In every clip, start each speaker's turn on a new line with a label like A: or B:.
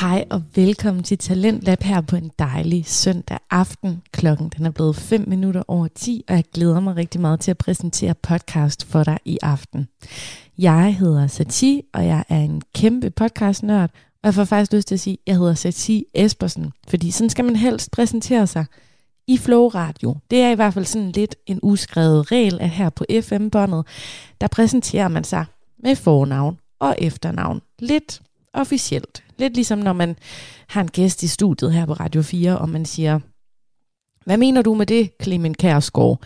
A: Hej og velkommen til Talentlab her på en dejlig søndag aften. Klokken den er blevet 5 minutter over 10, og jeg glæder mig rigtig meget til at præsentere podcast for dig i aften. Jeg hedder Sati, og jeg er en kæmpe podcastnørd, og jeg får faktisk lyst til at sige, at jeg hedder Sati Espersen, fordi sådan skal man helst præsentere sig i Flow Radio. Det er i hvert fald sådan lidt en uskrevet regel, at her på FM-båndet, der præsenterer man sig med fornavn og efternavn. Lidt officielt. Lidt ligesom når man har en gæst i studiet her på Radio 4, og man siger, hvad mener du med det, Clemen Kærsgaard?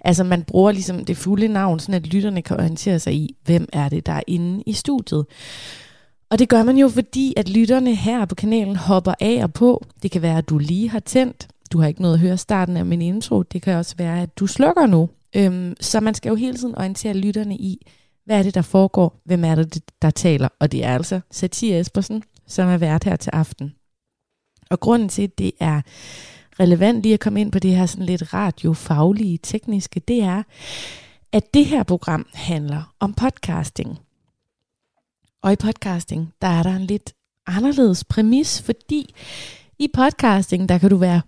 A: Altså man bruger ligesom det fulde navn, sådan at lytterne kan orientere sig i, hvem er det, der er inde i studiet. Og det gør man jo, fordi at lytterne her på kanalen hopper af og på. Det kan være, at du lige har tændt. Du har ikke noget at høre starten af min intro. Det kan også være, at du slukker nu. Øhm, så man skal jo hele tiden orientere lytterne i, hvad er det, der foregår? Hvem er det, der taler? Og det er altså Satie Espersen, som er vært her til aften. Og grunden til, at det er relevant lige at komme ind på det her sådan lidt radiofaglige, tekniske, det er, at det her program handler om podcasting. Og i podcasting, der er der en lidt anderledes præmis, fordi i podcasting, der kan du være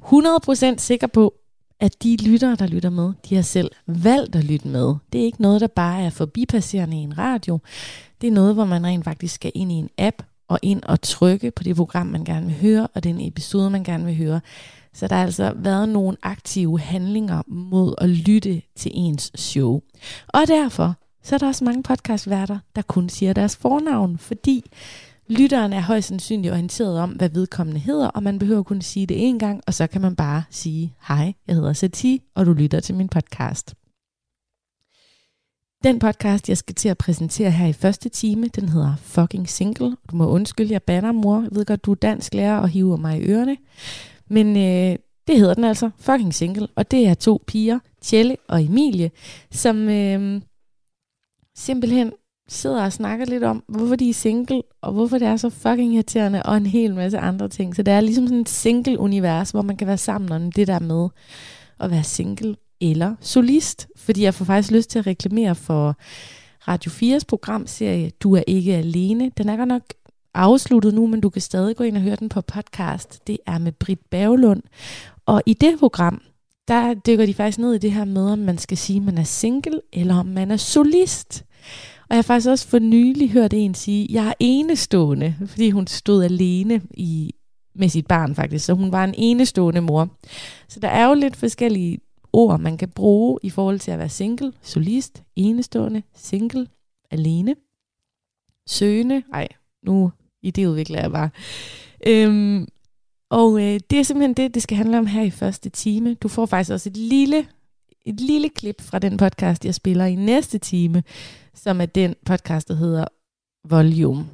A: 100% sikker på, at de lyttere, der lytter med, de har selv valgt at lytte med. Det er ikke noget, der bare er forbipasserende i en radio. Det er noget, hvor man rent faktisk skal ind i en app og ind og trykke på det program, man gerne vil høre, og den episode, man gerne vil høre. Så der har altså været nogle aktive handlinger mod at lytte til ens show. Og derfor så er der også mange podcastværter, der kun siger deres fornavn, fordi lytteren er højst sandsynligt orienteret om, hvad vedkommende hedder, og man behøver kun sige det én gang, og så kan man bare sige, hej, jeg hedder Sati, og du lytter til min podcast. Den podcast, jeg skal til at præsentere her i første time, den hedder Fucking Single. Du må undskylde, jeg banner mor. Jeg ved godt, du er dansk lærer og hiver mig i ørerne. Men øh, det hedder den altså, Fucking Single. Og det er to piger, Tjelle og Emilie, som øh, simpelthen sidder og snakker lidt om, hvorfor de er single, og hvorfor det er så fucking irriterende, og en hel masse andre ting. Så det er ligesom sådan et single-univers, hvor man kan være sammen om det der med at være single eller solist. Fordi jeg får faktisk lyst til at reklamere for Radio 4's programserie Du er ikke alene. Den er godt nok afsluttet nu, men du kan stadig gå ind og høre den på podcast. Det er med Britt Bavelund. Og i det program, der dykker de faktisk ned i det her med, om man skal sige, at man er single, eller om man er solist. Og jeg har faktisk også for nylig hørt en sige, jeg er enestående, fordi hun stod alene i, med sit barn faktisk, så hun var en enestående mor. Så der er jo lidt forskellige ord, man kan bruge i forhold til at være single, solist, enestående, single, alene, søgende. Ej, nu idéudvikler jeg bare. Øhm, og øh, det er simpelthen det, det skal handle om her i første time. Du får faktisk også et lille, et lille klip fra den podcast, jeg spiller i næste time, som er den podcast, der hedder Volume.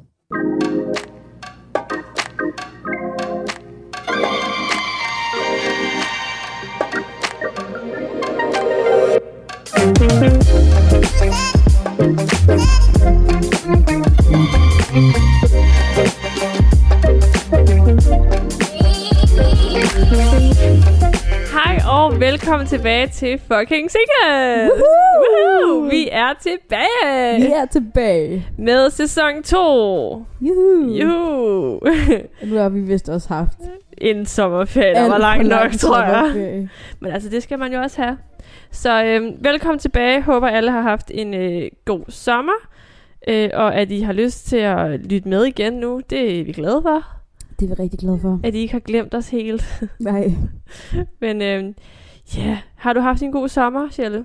B: Hej og velkommen tilbage til fucking Sikkert! Woohoo! Vi er tilbage
C: Vi er tilbage.
B: med sæson 2. Hmm.
C: Juhu.
B: Juhu!
C: Nu har vi vist også haft
B: en sommerferie, der
C: alt
B: var
C: for
B: lang nok,
C: lang
B: tror jeg.
C: sommerferie.
B: Men altså, det skal man jo også have. Så øhm, velkommen tilbage. Håber alle har haft en øh, god sommer. Øh, og at I har lyst til at lytte med igen nu. Det er vi glade for.
C: Det er vi rigtig glade for.
B: At I ikke har glemt os helt.
C: Nej.
B: Men øhm, ja, yeah. har du haft en god sommer, Sjælle?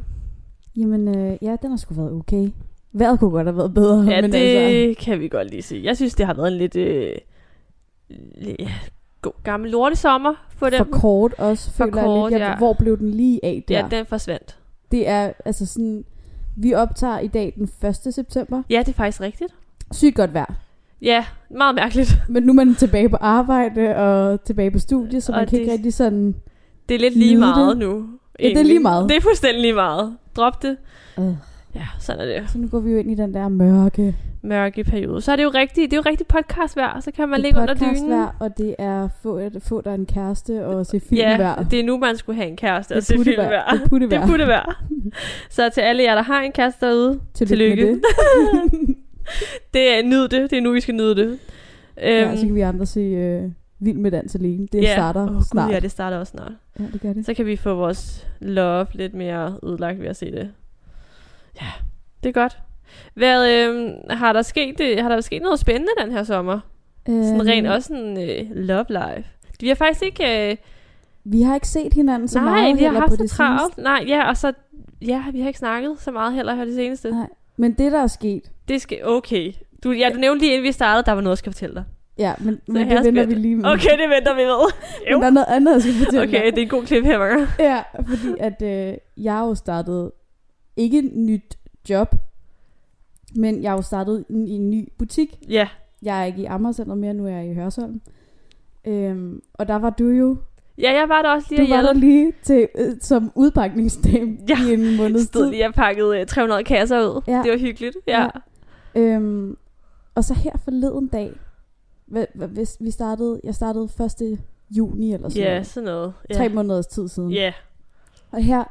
C: Jamen, øh, ja, den har sgu været okay. Vejret kunne godt have været bedre.
B: Ja,
C: men
B: det
C: Altså,
B: altså... kan vi godt lige se. Jeg synes, det har været en lidt... Øh, lidt ja, god gammel lortesommer for den.
C: for kort også,
B: For
C: føler jeg
B: kort,
C: lidt. Jeg,
B: ja.
C: Hvor blev den lige af der?
B: ja, den forsvandt.
C: Det er, altså sådan... Vi optager i dag den 1. september.
B: Ja, det er faktisk rigtigt.
C: Sygt godt vejr.
B: Ja, meget mærkeligt.
C: Men nu er man tilbage på arbejde og tilbage på studie, så
B: Og
C: man kan
B: det-
C: ikke rigtig sådan...
B: Det er lidt lige
C: Nyde
B: meget
C: det.
B: nu.
C: det er
B: egentlig.
C: lige meget.
B: Det er fuldstændig lige meget. Drop det.
C: Øh.
B: Ja, sådan er det.
C: Så nu går vi jo ind i den der mørke
B: Mørke periode. Så er det jo rigtigt. Det er jo rigtig podcastvejr. Så kan man ligge under dynen.
C: Vær, og det er få, at få dig en kæreste og se film
B: Ja,
C: hver.
B: det er nu, man skulle have en kæreste
C: Det er
B: og se film
C: puttevejr.
B: hver.
C: Det er puttevejr.
B: Det er puttevejr. Så til alle jer, der har en kæreste derude,
C: Tillykke,
B: tillykke.
C: Med det.
B: det er nyd det. Det er nu, I skal nyde det. Øhm,
C: Ja, så kan vi andre se øh, Vild med dans alene. Det
B: ja.
C: starter
B: Åh,
C: snart.
B: Gud, ja, det starter også snart.
C: ja, det gør det.
B: Så kan vi få vores love lidt mere ødelagt ved at se det. Ja, det er godt. Hvad, øh, har, der sket, øh, har der sket noget spændende den her sommer? Sådan rent
C: Øhm.
B: også sådan øh, love life. Vi har faktisk ikke... Øh,
C: Vi har ikke set hinanden så
B: nej,
C: meget
B: vi har
C: heller
B: haft
C: på det
B: så travlt. Nej, ja, og så... Ja, vi har ikke snakket så meget heller her det seneste.
C: Nej. Men det, der er sket,
B: Det skal... Okay. Du, ja, du nævnte lige inden vi startede, der var noget, jeg skal fortælle dig.
C: ja, men, men
B: her er
C: det venter vi
B: spændt.
C: lige med.
B: Okay, det venter vi ved.
C: Men der er noget andet, jeg skal fortælle
B: Okay,
C: dig.
B: det er en god klip her, Marker.
C: Ja, fordi at øh, jeg har jo startet ikke et nyt job, men jeg har jo startet i en, i en ny butik.
B: Ja,
C: Jeg er ikke i Amagercenteret mere, nu er jeg i Hørsholm. Øhm, og der var du jo,
B: ja jeg var der også lige
C: du
B: at
C: var der
B: hjælpe.
C: lige til, øh, som udpakningsdame
B: Ja,
C: i en måneds
B: Stod
C: tid.
B: lige og pakkede øh, 300 kasser ud.
C: Ja.
B: Det var hyggeligt. Ja.
C: Ja. Øhm, og så her forleden dag, hva- hva- hvis vi startede, jeg startede 1. juni
B: Ja,
C: eller sådan
B: yeah,
C: noget.
B: sådan noget. Ja.
C: Tre måneders tid siden.
B: Ja,
C: Og her,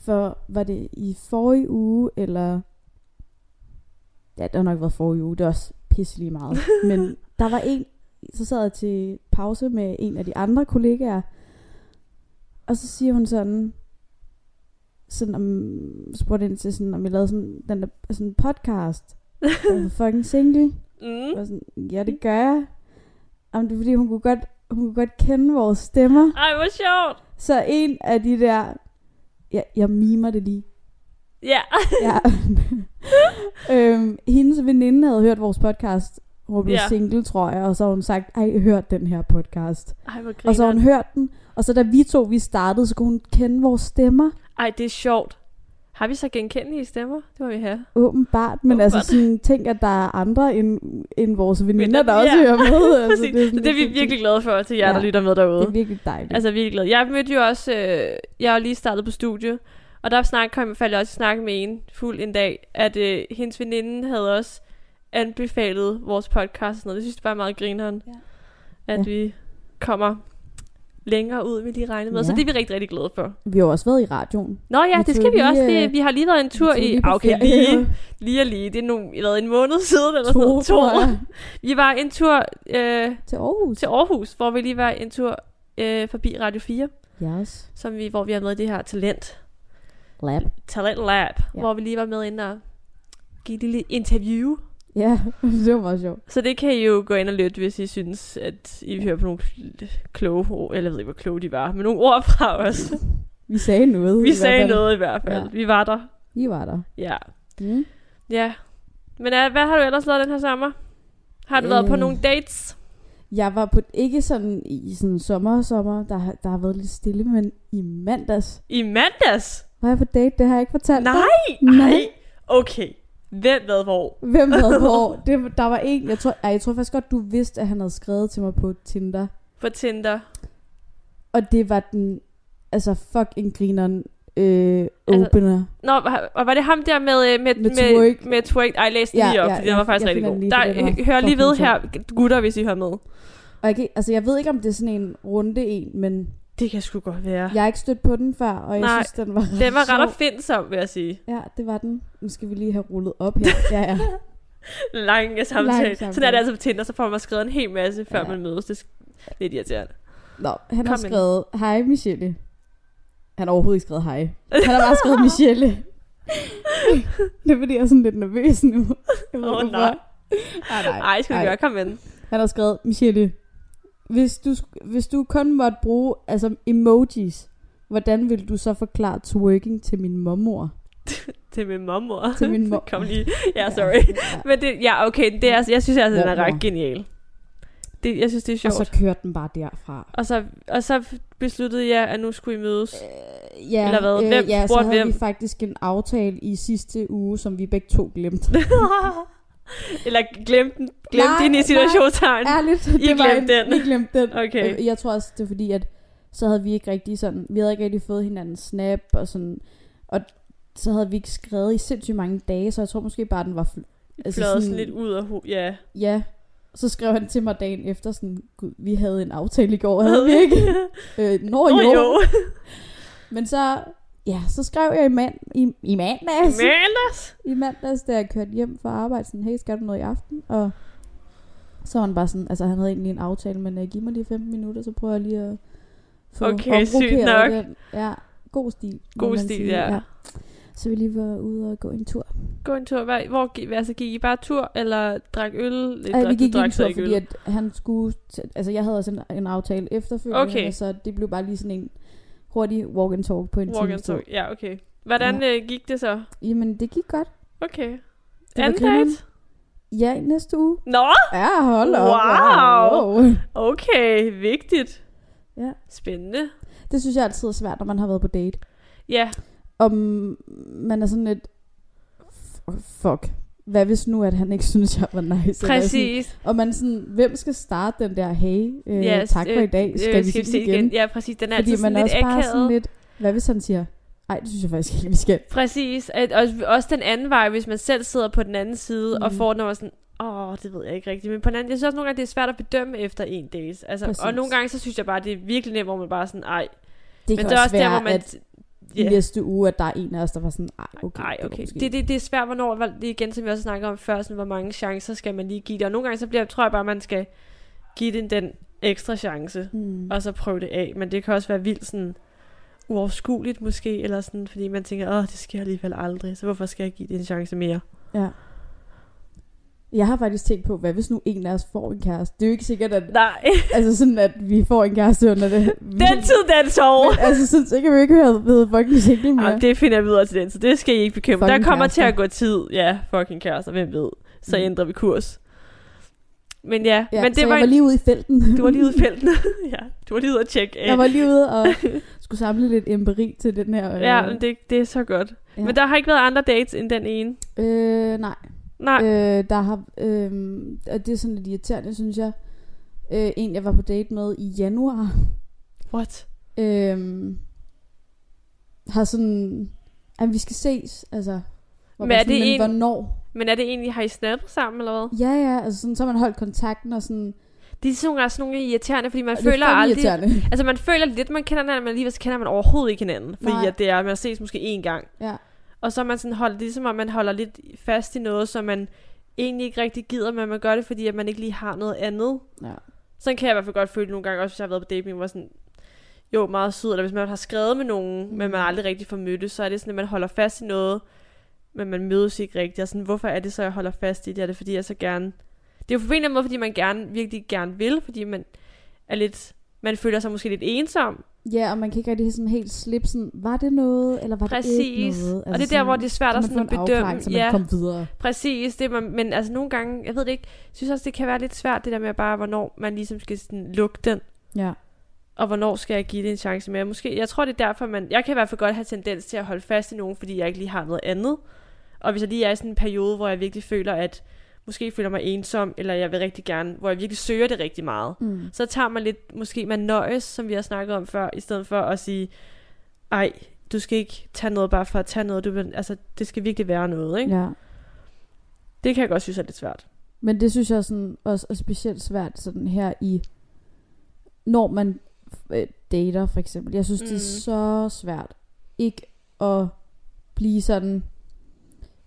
C: for var det i forrige uge, eller... Ja, det har nok været forrige uge, det er også pisselig meget. Men der var en, så sad jeg til pause med en af de andre kollegaer, og så siger hun sådan, sådan om, spurgte ind til sådan, om jeg lavede sådan, den der sådan en podcast. Jeg var fucking single.
B: Mm.
C: Jeg var sådan, ja, det gør jeg. Jamen, det er fordi, hun kunne godt, hun kunne godt kende vores stemmer.
B: Ej, hvor sjovt.
C: Så en af de der... Jeg, jeg mimer det lige.
B: Ja.
C: Ja. øhm, hendes veninde havde hørt vores podcast. Hun var blevet
B: Ja.
C: single, tror jeg. Og så har hun sagt, ej, jeg hørte den her podcast. Griner.
B: Ej, hvor
C: Og så har hun
B: griner.
C: hørt den. Og så da vi to vi startede, så kunne hun kende vores stemmer.
B: Ej, det er sjovt. Har vi så genkendelige stemmer? Det må vi have.
C: Åbenbart. Men
B: Åbenbart.
C: altså sådan, tænk, at der er andre end, end vores veninder,
B: Veninder,
C: der også
B: ja.
C: hører med. Altså,
B: Præcis. Det,
C: sådan
B: det er vi
C: lidt-
B: virkelig glade for til jer, der
C: Ja.
B: lytter med derude.
C: Det er virkelig dejligt. Altså,
B: Altså virkelig glad. Jeg mødte jo også, øh, jeg er jo lige startet på studie, og der snak, kom, faldt jeg også i snak med en fuld en dag, at øh, hendes veninde havde også anbefalet vores podcast og sådan noget. Jeg synes, det var meget grineren,
C: Ja.
B: ja. at ja.
C: Ja.
B: vi kommer længere ud, end vi lige regnede med. Ja. Så
C: Ja.
B: det er vi rigtig, rigtig glade for.
C: vi har jo også været i radioen.
B: Nå ja,
C: Vi
B: det
C: tog
B: skal vi
C: lige,
B: også
C: øh,
B: lige. Vi har lige været en tur
C: Så vi er
B: i...
C: på
B: Ah, okay,
C: ferie.
B: lige, lige og lige. Det er nu været en måned siden eller sådan
C: to,
B: noget. To.
C: tror jeg,
B: Vi var en tur øh,
C: til Aarhus.
B: til Aarhus, hvor vi lige var en tur øh, forbi Radio 4
C: Yes.
B: som vi, hvor vi har med det her talent,
C: Lab.
B: talent lab, ja.
C: Ja.
B: hvor vi lige var med ind og give et lille interview.
C: Ja, det var meget sjovt.
B: Så det kan I jo gå ind og lytte, hvis I synes, at I hører på nogle kl- kloge ord, eller jeg ved ikke, hvor kloge de var, men nogle ord fra os.
C: Vi sagde noget. i
B: Vi
C: hvert
B: sagde
C: fald.
B: noget i hvert fald. Ja.
C: Ja.
B: Vi var der.
C: I var der.
B: Ja.
C: Mm.
B: Ja. Men uh, hvad har du ellers lavet den her sommer? Har du øh. været på
C: Øh.
B: nogle dates?
C: Jeg var på ikke sådan i sådan sommer og sommer, der, har- der har været lidt stille, men i mandags
B: I mandags?
C: var jeg på date, det har jeg ikke fortalt dig.
B: Nej!
C: Nej.
B: Nej! Okay. Hvem ved hvor?
C: Hvem havde hvor? Det, der var en, jeg tror, ej, jeg tror faktisk godt, du vidste, at han havde skrevet til mig på Tinder.
B: På Tinder.
C: Og det var den, altså fucking grineren øh,
B: Altså-
C: opener.
B: Nå, var- og var det ham der med, øh, med,
C: Med twerk.
B: med, med twerk? Ej, læs den
C: Ja,
B: lige op,
C: ja,
B: fordi den
C: ja,
B: var faktisk
C: jeg
B: rigtig
C: finder
B: god.
C: den lige,
B: Der,
C: fordi den var
B: øh, hør lige ved
C: fucking
B: her, gutter, hvis I hører med.
C: Og jeg, kan- altså, jeg ved ikke, om det er sådan en runde en, men
B: Det kan sgu godt være. Ja.
C: jeg har ikke stødt på den før, og jeg
B: Ah. Nej.
C: synes, den var ret
B: Den var ret
C: sjov.
B: opfindsom, vil jeg sige.
C: Ja, det var den. Nu skal vi lige have rullet op her. Ja, ja.
B: Lange samtale.
C: samtale.
B: Sådan er det altså på Tinder, så får man skrevet en hel masse, før ja.
C: Ja.
B: man mødes. Det er sk- lidt irriterende.
C: Nå, han har
B: Kom ind.
C: skrevet, hej Michelle. Han har overhovedet ikke skrevet hej. Han har bare skrevet Michelle. det er fordi, jeg er sådan lidt nervøs nu. Jeg ved
B: Åh,
C: hvorfor.
B: nej. Ah,
C: Ej, nej.
B: Ej, skal vi gøre, kom ind.
C: Han har skrevet, Michelle, hvis du, sk- hvis du kun måtte bruge altså emojis, hvordan vil du så forklare twerking til min mormor?
B: Til min mormor.
C: Til min mor-
B: kom lige. Ja, sorry.
C: Ja.
B: Men det, ja, okay, det er, jeg synes altså, den er ret
C: Mormor.
B: genial. Det, jeg synes, det er
C: Og
B: sjovt.
C: så kørte den bare derfra.
B: og, så, og så besluttede jeg, at nu skulle I mødes.
C: Øh, ja,
B: Eller hvad? Hvem
C: ja, så
B: spurgte
C: havde
B: hvem?
C: vi faktisk en aftale i sidste uge, som vi begge to glemte.
B: Eller glemte den. Glemte
C: Nej,
B: den i
C: nej.
B: situationstegn.
C: Ærligt,
B: I glemte den.
C: en, I glemte den.
B: Okay.
C: Øh, Jeg tror også, det er fordi, at så havde vi ikke rigtig sådan, vi havde ikke rigtig fået hinandens snap og sådan, og så havde vi ikke skrevet i sindssygt mange dage, så jeg tror måske bare, den var, fl-
B: Altså
C: altså
B: sådan, sådan
C: sådan-
B: lidt ud af hovedet. Ja.
C: ja. Så skrev han til mig dagen efter sådan, gud, vi havde en aftale i går, havde vi ikke? øh, Nå
B: Åh
C: jo.
B: jo.
C: Men så, ja, så skrev jeg i, mand, i, i mandags,
B: Men ellers.
C: i mandags, da jeg kørte hjem fra arbejde, sådan, hey, skal du noget i aften? Og Så var han bare sådan, altså han havde egentlig en aftale, men uh, giv mig lige 15 minutter, så prøver jeg lige at få
B: Okay, sygt nok.
C: omrokeret Den. Ja, god stil. må
B: God
C: man
B: stil,
C: sige.
B: ja.
C: Så vi lige var ude og gå en tur.
B: Gå en tur. Hvad, hvor gik, altså, gik I bare tur, eller drak øl? Lidt,
C: Ej, vi gik
B: drak
C: en
B: så
C: tur,
B: ikke
C: fordi
B: øl.
C: at han skulle... T- altså, jeg havde også en, en aftale efterfølgende,
B: Okay.
C: så det blev bare lige sådan en hurtig walk and talk på en
B: Walk
C: times
B: and
C: tid.
B: talk. Ja, okay. Hvordan øh, gik det så?
C: Jamen, det gik godt.
B: Okay.
C: var
B: Anden
C: grineren.
B: date?
C: Ja, i næste uge.
B: Nå,
C: Ja, hold op.
B: Wow.
C: wow.
B: okay. Vigtigt.
C: Ja.
B: Spændende.
C: Det synes jeg altid er svært, når man har været på date.
B: Ja,
C: Om man er sådan lidt... "F- Fuck. Hvad hvis nu, at han ikke synes, jeg var nice? Eller Sådan,
B: præcis.
C: og man sådan, hvem skal starte den der, hey, øh,
B: Ja,
C: yes, tak for
B: øh,
C: i dag, skal, vi ses igen?
B: Ja, præcis. Den er
C: Fordi
B: altid
C: man
B: sådan
C: er
B: lidt
C: også bare sådan
B: akavet.
C: lidt, hvad hvis han siger, nej, det synes jeg faktisk ikke, vi skal.
B: Præcis. At, og også den anden vej, hvis man selv sidder på den anden side mm. og
C: Mm.
B: får noget sådan, åh, det ved jeg ikke rigtigt. Men på den anden, jeg synes også nogle gange, det er svært at bedømme efter en date. Altså,
C: Præcis.
B: og nogle gange, så synes jeg bare, det er virkelig nemt, hvor man bare er sådan, ej. Men
C: Det kan
B: det er også der, hvor man...
C: at
B: Ja.
C: yeah. næste uge, at der er en af os, der var sådan, nej, okay,
B: Ej,
C: går
B: okay.
C: måske
B: Det, det, det er svært, hvornår, hvor- det er igen, som vi også snakkede om før, sådan, hvor mange chancer skal man lige give det. Og nogle gange, så bliver, tror jeg bare, man skal give den den ekstra chance,
C: ikke." Mm.
B: og så prøve det af. Men det kan også være vildt sådan uoverskueligt måske, eller sådan, fordi man tænker, åh, det sker alligevel aldrig, så hvorfor skal jeg give det en chance mere?
C: Ja. Jeg har faktisk tænkt på, hvad hvis nu en af os får en kæreste? Det er jo ikke sikkert, at,
B: Nej,
C: altså sådan, at vi får en kæreste under det.
B: den tid, den sover!
C: Men, altså, sådan, så kan vi jo ikke høre ved fucking single mere.
B: Jamen, det finder jeg videre til den, så det skal I ikke bekymre. Der
C: Fucking
B: kommer til
C: kærester.
B: at gå tid. Ja, fucking kærester, hvem ved. Så
C: Mm.
B: ændrer vi kurs. Men ja,
C: ja,
B: men det
C: så
B: var,
C: jeg var lige ude i felten.
B: Du var lige ude i felten. ja, du var lige ude at tjekke af.
C: jeg var lige ude og skulle samle lidt empiri til den her. øh,
B: Ja, men det, det er så godt. Ja.
C: Ja.
B: Men der har ikke været andre dates end den ene.
C: øh, nej,
B: Nej, øh,
C: Øh, der har, øh, og det er sådan lidt irriterende, synes jeg. Øh, en, jeg var på date med i januar,
B: what?
C: øh, har sådan, at vi skal ses, altså. hvor
B: Men
C: man
B: er
C: sådan,
B: det en-
C: hvornår?
B: Men er det egentlig, har I snappet sammen eller hvad?
C: Ja, ja, altså sådan, så har man holdt kontakten og sådan.
B: Det er sådan nogle gange sådan nogle irriterende, fordi man
C: og det er
B: føler
C: fandme
B: aldrig...
C: irriterende.
B: Altså man føler lidt, man kender hinanden, men alligevel så kender man overhovedet ikke hinanden. Fordi
C: Nej.
B: at det er, man ses måske én gang.
C: Ja.
B: Og så er man sådan holdt, ligesom om man holder lidt fast i noget, som man egentlig ikke rigtig gider, men man gør det, fordi at man ikke lige har noget andet.
C: Ja.
B: Sådan kan jeg i hvert fald godt føle nogle gange, også hvis jeg har været på dating, hvor sådan, jo, meget sød, eller hvis man har skrevet med nogen, mm. men man aldrig rigtig får mødtes, så er det sådan, at man holder fast i noget, men man mødes ikke rigtigt. Og sådan, hvorfor er det så, jeg holder fast i det? Er det, fordi jeg så gerne... Det er jo på en eller anden måde, fordi man gerne, virkelig gerne vil, fordi man er lidt... Man føler sig måske lidt ensom.
C: Ja, og man kan ikke rigtig sådan helt slippe sådan, var det noget, eller var det ikke
B: Præcis.
C: noget? Altså
B: og det er der, hvor det er svært
C: så
B: at,
C: man
B: sådan
C: får
B: at
C: en
B: bedømme.
C: afklaring, så man kom videre.
B: Præcis, det er man, men altså nogle gange, jeg ved det ikke, jeg synes også, det kan være lidt svært, det der med bare, hvornår man ligesom skal sådan lukke den,
C: Ja.
B: og hvornår skal jeg give det en chance mere. Måske, jeg tror, det er derfor, man, jeg kan i hvert fald godt have tendens til at holde fast i nogen, fordi jeg ikke lige har noget andet. Og hvis jeg lige er i sådan en periode, hvor jeg virkelig føler, at måske føler mig ensom, eller jeg vil rigtig gerne, hvor jeg virkelig søger det rigtig meget,
C: Mm.
B: så tager man lidt, måske man nøjes, som vi har snakket om før, i stedet for at sige, ej, du skal ikke tage noget bare for at tage noget, du, vil- altså, det skal virkelig være noget, ikke? Ja.
C: Ja.
B: Det kan jeg godt synes er lidt svært.
C: Men det synes jeg sådan også er specielt svært sådan her i, når man øh, dater for eksempel. Jeg synes, mm. det
B: Mm.
C: er så svært ikke at blive sådan...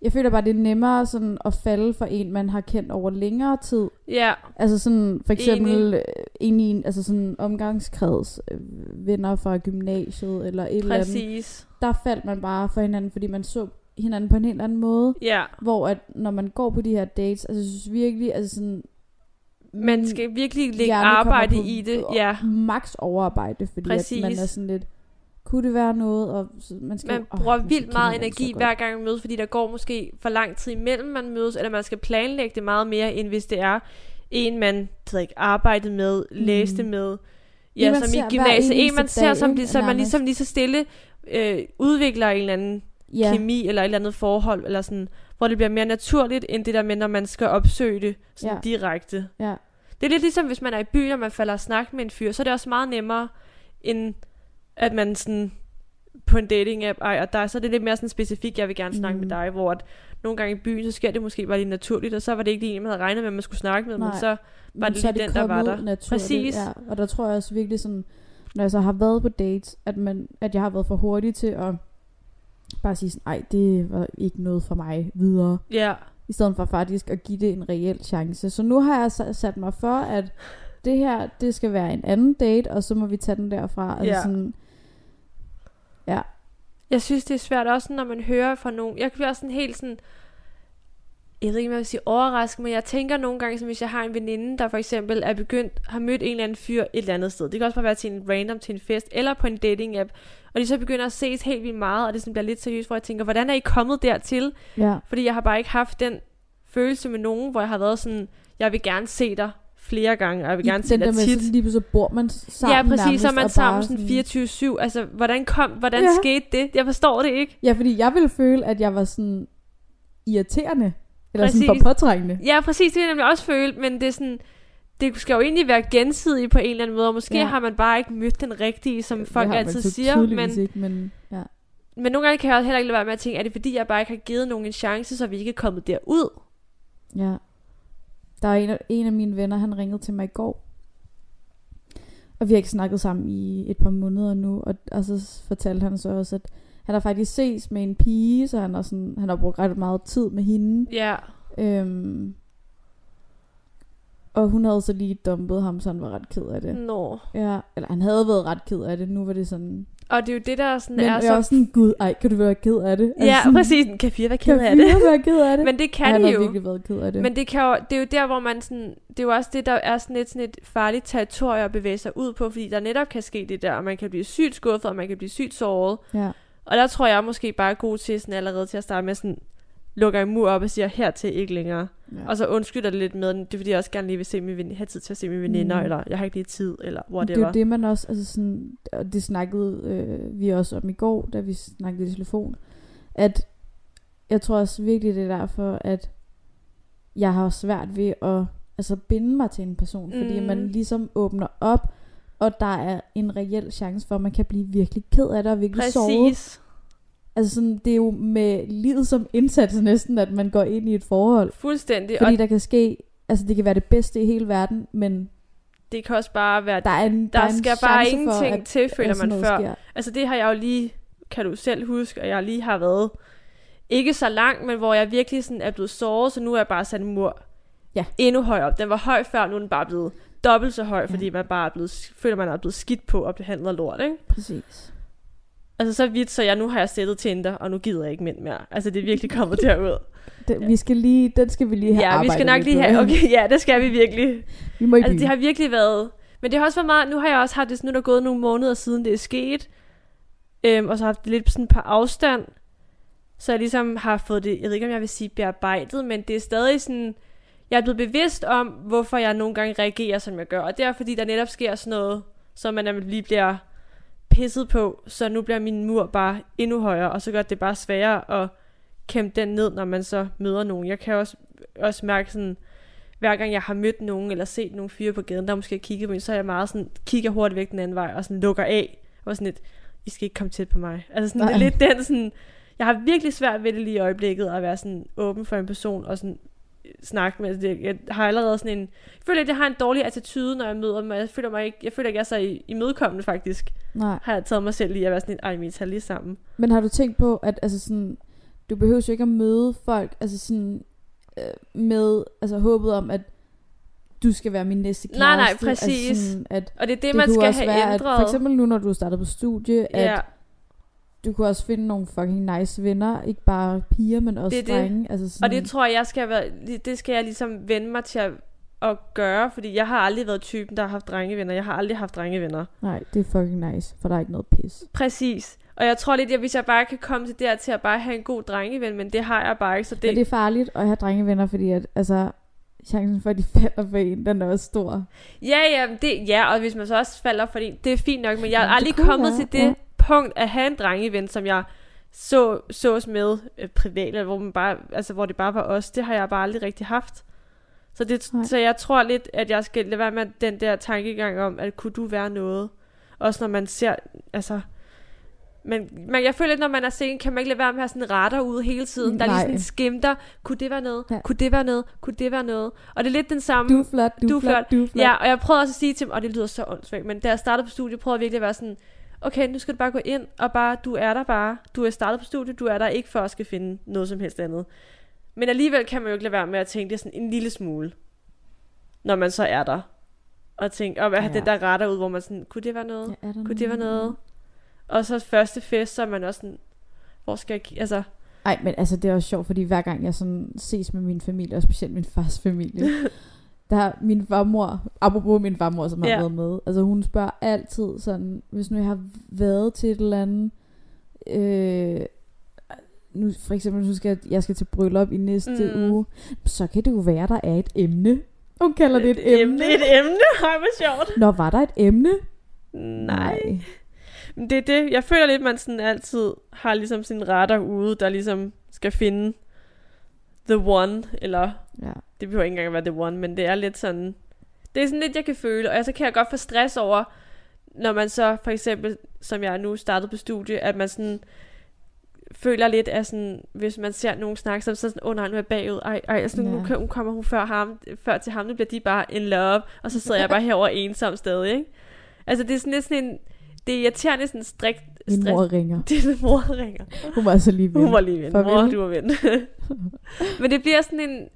C: Jeg føler bare, det er nemmere sådan at falde for en, man har kendt over længere tid.
B: Ja,
C: Altså sådan for eksempel
B: Enig.
C: øh, en i en altså sådan omgangskreds, øh, venner fra gymnasiet eller et eller andet.
B: præcis.
C: Der faldt man bare for hinanden, fordi man så hinanden på en helt anden måde.
B: Ja,
C: hvor at når man går på de her dates, altså jeg synes virkelig, altså sådan...
B: man
C: min
B: skal virkelig lægge
C: hjerne kommer
B: arbejde
C: på
B: i det. Ja,
C: Max overarbejde, fordi
B: Præcis.
C: at man er sådan lidt, kunne det være noget, og så- man skal...
B: man
C: åh,
B: bruger
C: man
B: vildt
C: skal
B: meget
C: kende hinanden så
B: energi
C: godt.
B: hver gang man mødes, fordi der går måske for lang tid imellem, man mødes, eller man skal planlægge det meget mere, end hvis det er en, man det ved jeg ikke arbejdede med, læste med, ja,
C: En, Mm. man
B: som
C: ser
B: i
C: hver
B: gymnasiet. En,
C: eneste
B: man ser,
C: dag,
B: som,
C: ikke?
B: lige- som man
C: Nærmest.
B: ligesom lige så stille øh, udvikler en eller anden
C: Ja,
B: kemi eller et eller andet forhold, eller sådan, hvor det bliver mere naturligt, end det der med, når man skal opsøge det sådan
C: Ja.
B: direkte.
C: Ja.
B: Det er lidt ligesom, hvis man er i byen, og man falder og snakker med en fyr, så er det også meget nemmere, end at man sådan på en dating app, ej, og der, så er det lidt mere sådan specifikt, jeg vil gerne snakke mm. med
C: Mm.
B: dig, hvor at nogle gange i byen, så sker det måske bare lige naturligt, og så var det ikke lige en, man havde regnet med, man skulle snakke med, Nej. men
C: Nej.
B: så, var
C: men
B: det
C: så er
B: lige den, der var
C: kommet
B: der.
C: naturligt,
B: Præcis.
C: Ja. Og der tror jeg også virkelig sådan, når jeg så har været på dates, at, man, at jeg har været for hurtig til at bare sige sådan, nej, det var ikke noget for mig videre.
B: ja,
C: i stedet for faktisk at give det en reel chance. Så nu har jeg sa- sat mig for, at det her, det skal være en anden date, og så må vi tage den derfra. Altså
B: Ja.
C: ja. sådan,
B: Jeg synes, det er svært også, når man hører fra nogen. Jeg bliver også sådan helt sådan... Jeg ved ikke, om jeg vil sige overrasket, men jeg tænker nogle gange, som hvis jeg har en veninde, der for eksempel er begyndt, har mødt en eller anden fyr et eller andet sted. Det kan også bare være til en random, til en fest, eller på en dating app. Og de så begynder at ses helt vildt meget, og det sådan bliver lidt seriøst, hvor jeg tænker, hvordan er I kommet dertil?
C: ja.
B: Fordi jeg har bare ikke haft den følelse med nogen, hvor jeg har været sådan, jeg vil gerne se dig flere gange, og jeg vil
C: I
B: gerne se
C: den
B: dig
C: der med,
B: tit.
C: så lige så bor man sammen
B: ja, præcis,
C: nærmest,
B: så er man
C: og
B: sammen
C: bare
B: sådan 24-7. Altså, hvordan kom, hvordan ja.
C: Ja.
B: skete det? Jeg forstår det ikke.
C: Ja, fordi jeg ville føle, at jeg var sådan irriterende. Eller sådan
B: Præcis.
C: for påtrængende.
B: Ja, præcis, det kan jeg nemlig også føle, men det er sådan, det skal jo egentlig være gensidigt på en eller anden måde, og måske ja.
C: Ja.
B: har man bare ikke mødt den rigtige, som
C: Det
B: folk
C: har man
B: altid
C: så
B: siger,
C: tydeligvis
B: men,
C: Ikke, men ja.
B: men nogle gange kan jeg også heller ikke lade være med at tænke, er det fordi, jeg bare ikke har givet nogen en chance, så vi ikke er kommet derud?
C: Ja. Der er en af, en af mine venner, han ringede til mig i går. Og vi har ikke snakket sammen i et par måneder nu. Og, og så s- fortalte han så også, at han har faktisk ses med en pige, så han har, sådan, han har brugt ret meget tid med hende.
B: Ja,
C: Øhm, og hun havde så lige dumpet ham, så han var ret ked af det.
B: nå.
C: Ja, eller han havde været ret ked af det. Nu var det sådan...
B: Og det er jo det, der sådan
C: Men
B: er
C: jeg er
B: så...
C: også sådan, gud, ej, kan du være ked af det?
B: Ja,
C: sådan,
B: præcis. Kan piger være
C: Kan
B: ked af det?
C: piger være ked af det?
B: Men det
C: Og
B: kan
C: han
B: de
C: har
B: jo.
C: virkelig været ked af det.
B: Men det, kan jo, det er jo der, hvor man sådan, det er jo også det, der er sådan lidt sådan et farligt territorium at bevæge sig ud på, fordi der netop kan ske det der, og man kan blive sygt skuffet, og man kan blive sygt såret.
C: ja.
B: Og der tror jeg måske bare er god til sådan allerede til at starte med sådan, lukker en mur op og siger, hertil ikke længere.
C: Ja.
B: Og så undskylder det lidt med, det er fordi jeg også gerne lige vil se min ven- have tid til at se mine veninder, mm.
C: Mm.
B: eller jeg har ikke lige tid, eller
C: Men Det er
B: whatever.
C: jo det, man også, altså sådan, og det snakkede øh, vi også om i går, da vi snakkede i telefon, at jeg tror også virkelig, det er derfor, at jeg har svært ved at altså, binde mig til en person, fordi
B: Mm.
C: man ligesom åbner op, og der er en reel chance for, at man kan blive virkelig ked af det og virkelig såret.
B: Præcis.
C: Altså sådan, det er jo med livet som indsats næsten, at man går ind i et forhold.
B: Fuldstændig.
C: Fordi
B: og
C: der kan ske, altså det kan være det bedste i hele verden, men
B: det kan også bare være,
C: der
B: der,
C: er en
B: der,
C: er
B: der
C: en
B: skal
C: chance
B: bare
C: for,
B: ingenting
C: at-
B: til,
C: at
B: føler
C: sådan
B: man
C: noget
B: før.
C: sker.
B: Altså det har jeg jo lige, kan du selv huske, og jeg lige har været ikke så langt, men hvor jeg virkelig sådan er blevet såret, så nu er jeg bare sat en mur
C: Ja.
B: endnu højere op. Den var høj før, nu er den bare blevet dobbelt så høj, ja.
C: Ja.
B: fordi man bare er blevet, føler, man er blevet skidt på og behandlet af lort, ikke?
C: Præcis.
B: Altså så vidt, så jeg nu har jeg sættet Tinder, og nu gider jeg ikke mænd mere. Altså det er virkelig kommet derud.
C: Den, vi skal lige, den skal vi lige have
B: ja, vi skal
C: arbejdet
B: nok
C: lidt
B: lige
C: med.
B: have, okay, ja, det skal vi virkelig.
C: Vi må i
B: Altså,
C: byen.
B: det har virkelig været... Men det har også været meget... Nu har jeg også haft det sådan, nu er der gået nogle måneder siden det er sket. Øhm, og så har jeg haft det lidt sådan på afstand. Så jeg ligesom har fået det, jeg ved ikke om jeg vil sige bearbejdet, men det er stadig sådan, jeg er blevet bevidst om, hvorfor jeg nogle gange reagerer, som jeg gør. Og det er fordi, der netop sker sådan noget, som man nemlig lige bliver pisset på, så nu bliver min mur bare endnu højere, og så gør det bare sværere at kæmpe den ned, når man så møder nogen. Jeg kan også, også mærke sådan, hver gang jeg har mødt nogen, eller set nogle fyre på gaden, der måske har kigget på mig, så er jeg meget sådan, kigger hurtigt væk den anden vej, og sådan lukker af, og sådan lidt, I skal ikke komme tæt på mig. Altså sådan, det er
C: Nej.
B: lidt den sådan, jeg har virkelig svært ved det lige i øjeblikket, at være sådan åben for en person, og sådan øh, snakke med. Altså, det- Jeg har allerede sådan en, jeg føler, at jeg har en dårlig attitude, når jeg møder dem, og jeg føler, mig ikke, jeg føler ikke, jeg er så i- imødekommende faktisk
C: Nej.
B: har jeg taget mig selv i at være sådan lidt, ej, vi tager lige sammen.
C: Men har du tænkt på, at altså sådan, du behøver jo ikke at møde folk altså sådan, øh, med altså, håbet om, at du skal være min næste kæreste.
B: Nej, nej, præcis.
C: Altså sådan, at det,
B: Og det er det,
C: det
B: man
C: kunne
B: skal
C: også
B: have
C: være,
B: ændret.
C: At, for eksempel nu, når du startede på studie, at
B: ja,
C: du kunne også finde nogle fucking nice venner. Ikke bare piger, men også
B: Det er det.
C: drenge. Altså sådan,
B: og det tror jeg, jeg skal være, det skal jeg ligesom vende mig til at, at gøre, fordi jeg har aldrig været typen, der har haft drengevenner. Jeg har aldrig haft drengevenner.
C: Nej, det er fucking nice, for der er ikke noget pis.
B: Præcis. Og jeg tror lidt, at hvis jeg bare kan komme til der til at bare have en god drengeven, men det har jeg bare ikke, så
C: Det... Men
B: det...
C: det er farligt at have drengevenner, fordi at, altså, chancen for, at de falder for en, den er også stor.
B: Ja, ja, men det, ja, og hvis man så også falder for det, det er fint nok, men jeg
C: Men
B: er
C: det
B: aldrig
C: kunne
B: kommet
C: være,
B: til det
C: ja.
B: punkt at have en drengeven, som jeg så, sås med øh, privat, eller hvor, man bare, altså, hvor det bare var os. Det har jeg bare aldrig rigtig haft. Så, det,
C: Nej.
B: så jeg tror lidt, at jeg skal lade være med den der tankegang om, at kunne du være noget? Også når man ser, altså... Men man, jeg føler lidt, når man er sen, kan man ikke lade være med at have sådan en radar ude hele tiden, der lige
C: Nej.
B: sådan skimter, kunne det være noget,
C: Ja.
B: kunne det være noget, kunne det være noget. Og det er lidt den samme...
C: Du er flot,
B: du
C: du, du
B: er
C: er flot, du er flot.
B: Ja, og jeg prøvede også at sige til dem, og det lyder så åndssvagt, men da jeg startede på studiet, prøvede jeg virkelig at være sådan, okay, nu skal du bare gå ind, og bare, du er der bare. Du er startet på studiet, du er der ikke for at skal finde noget som helst andet. Men alligevel kan man jo ikke lade være med at tænke det sådan en lille smule, når man så er der. Og tænke, om ja.
C: Ja.
B: den der retter ud, hvor man sådan, kunne det være noget?
C: Ja, er der
B: Kunne det være noget? Og så første fest, så er man også sådan, hvor skal jeg, gi- altså,
C: Nej, men altså det er også sjovt, fordi hver gang jeg sådan ses med min familie, og specielt min fars familie, der har min farmor, apropos min farmor, som har
B: Ja.
C: ja. været med, altså hun spørger altid sådan, hvis nu jeg har været til et eller andet, øh, nu for eksempel, nu skal jeg, jeg skal til bryllup i næste
B: Mm.
C: mm. uge, så kan det jo være, der er et emne. Hun kalder det et emne.
B: Et emne, Ej, hvor sjovt.
C: Nå, var der et emne?
B: Nej. Men det er det, jeg føler lidt, man sådan altid har ligesom sin retter ude, der ligesom skal finde the one, eller
C: Ja.
B: det behøver ikke engang at være the one, men det er lidt sådan, det er sådan lidt, jeg kan føle, og så kan jeg godt få stress over, når man så for eksempel, som jeg nu startede på studie, at man sådan føler lidt af sådan, hvis man ser nogen snakke, så er det sådan, åh oh, nej, nu er jeg bagud, ej, ej, altså, nu,
C: Ja.
B: kan- nu kommer hun før, ham, før til ham, nu bliver de bare in love, og så sidder jeg bare herover ensom stadig, ikke? Altså, det er sådan lidt sådan en, det er irriterende sådan strikt,
C: Min
B: stress.
C: mor ringer.
B: Det er, mor ringer.
C: Hun var altså lige ved.
B: Hun var lige vente.
C: Farvel.
B: Mor, du var vente. Men det bliver sådan en,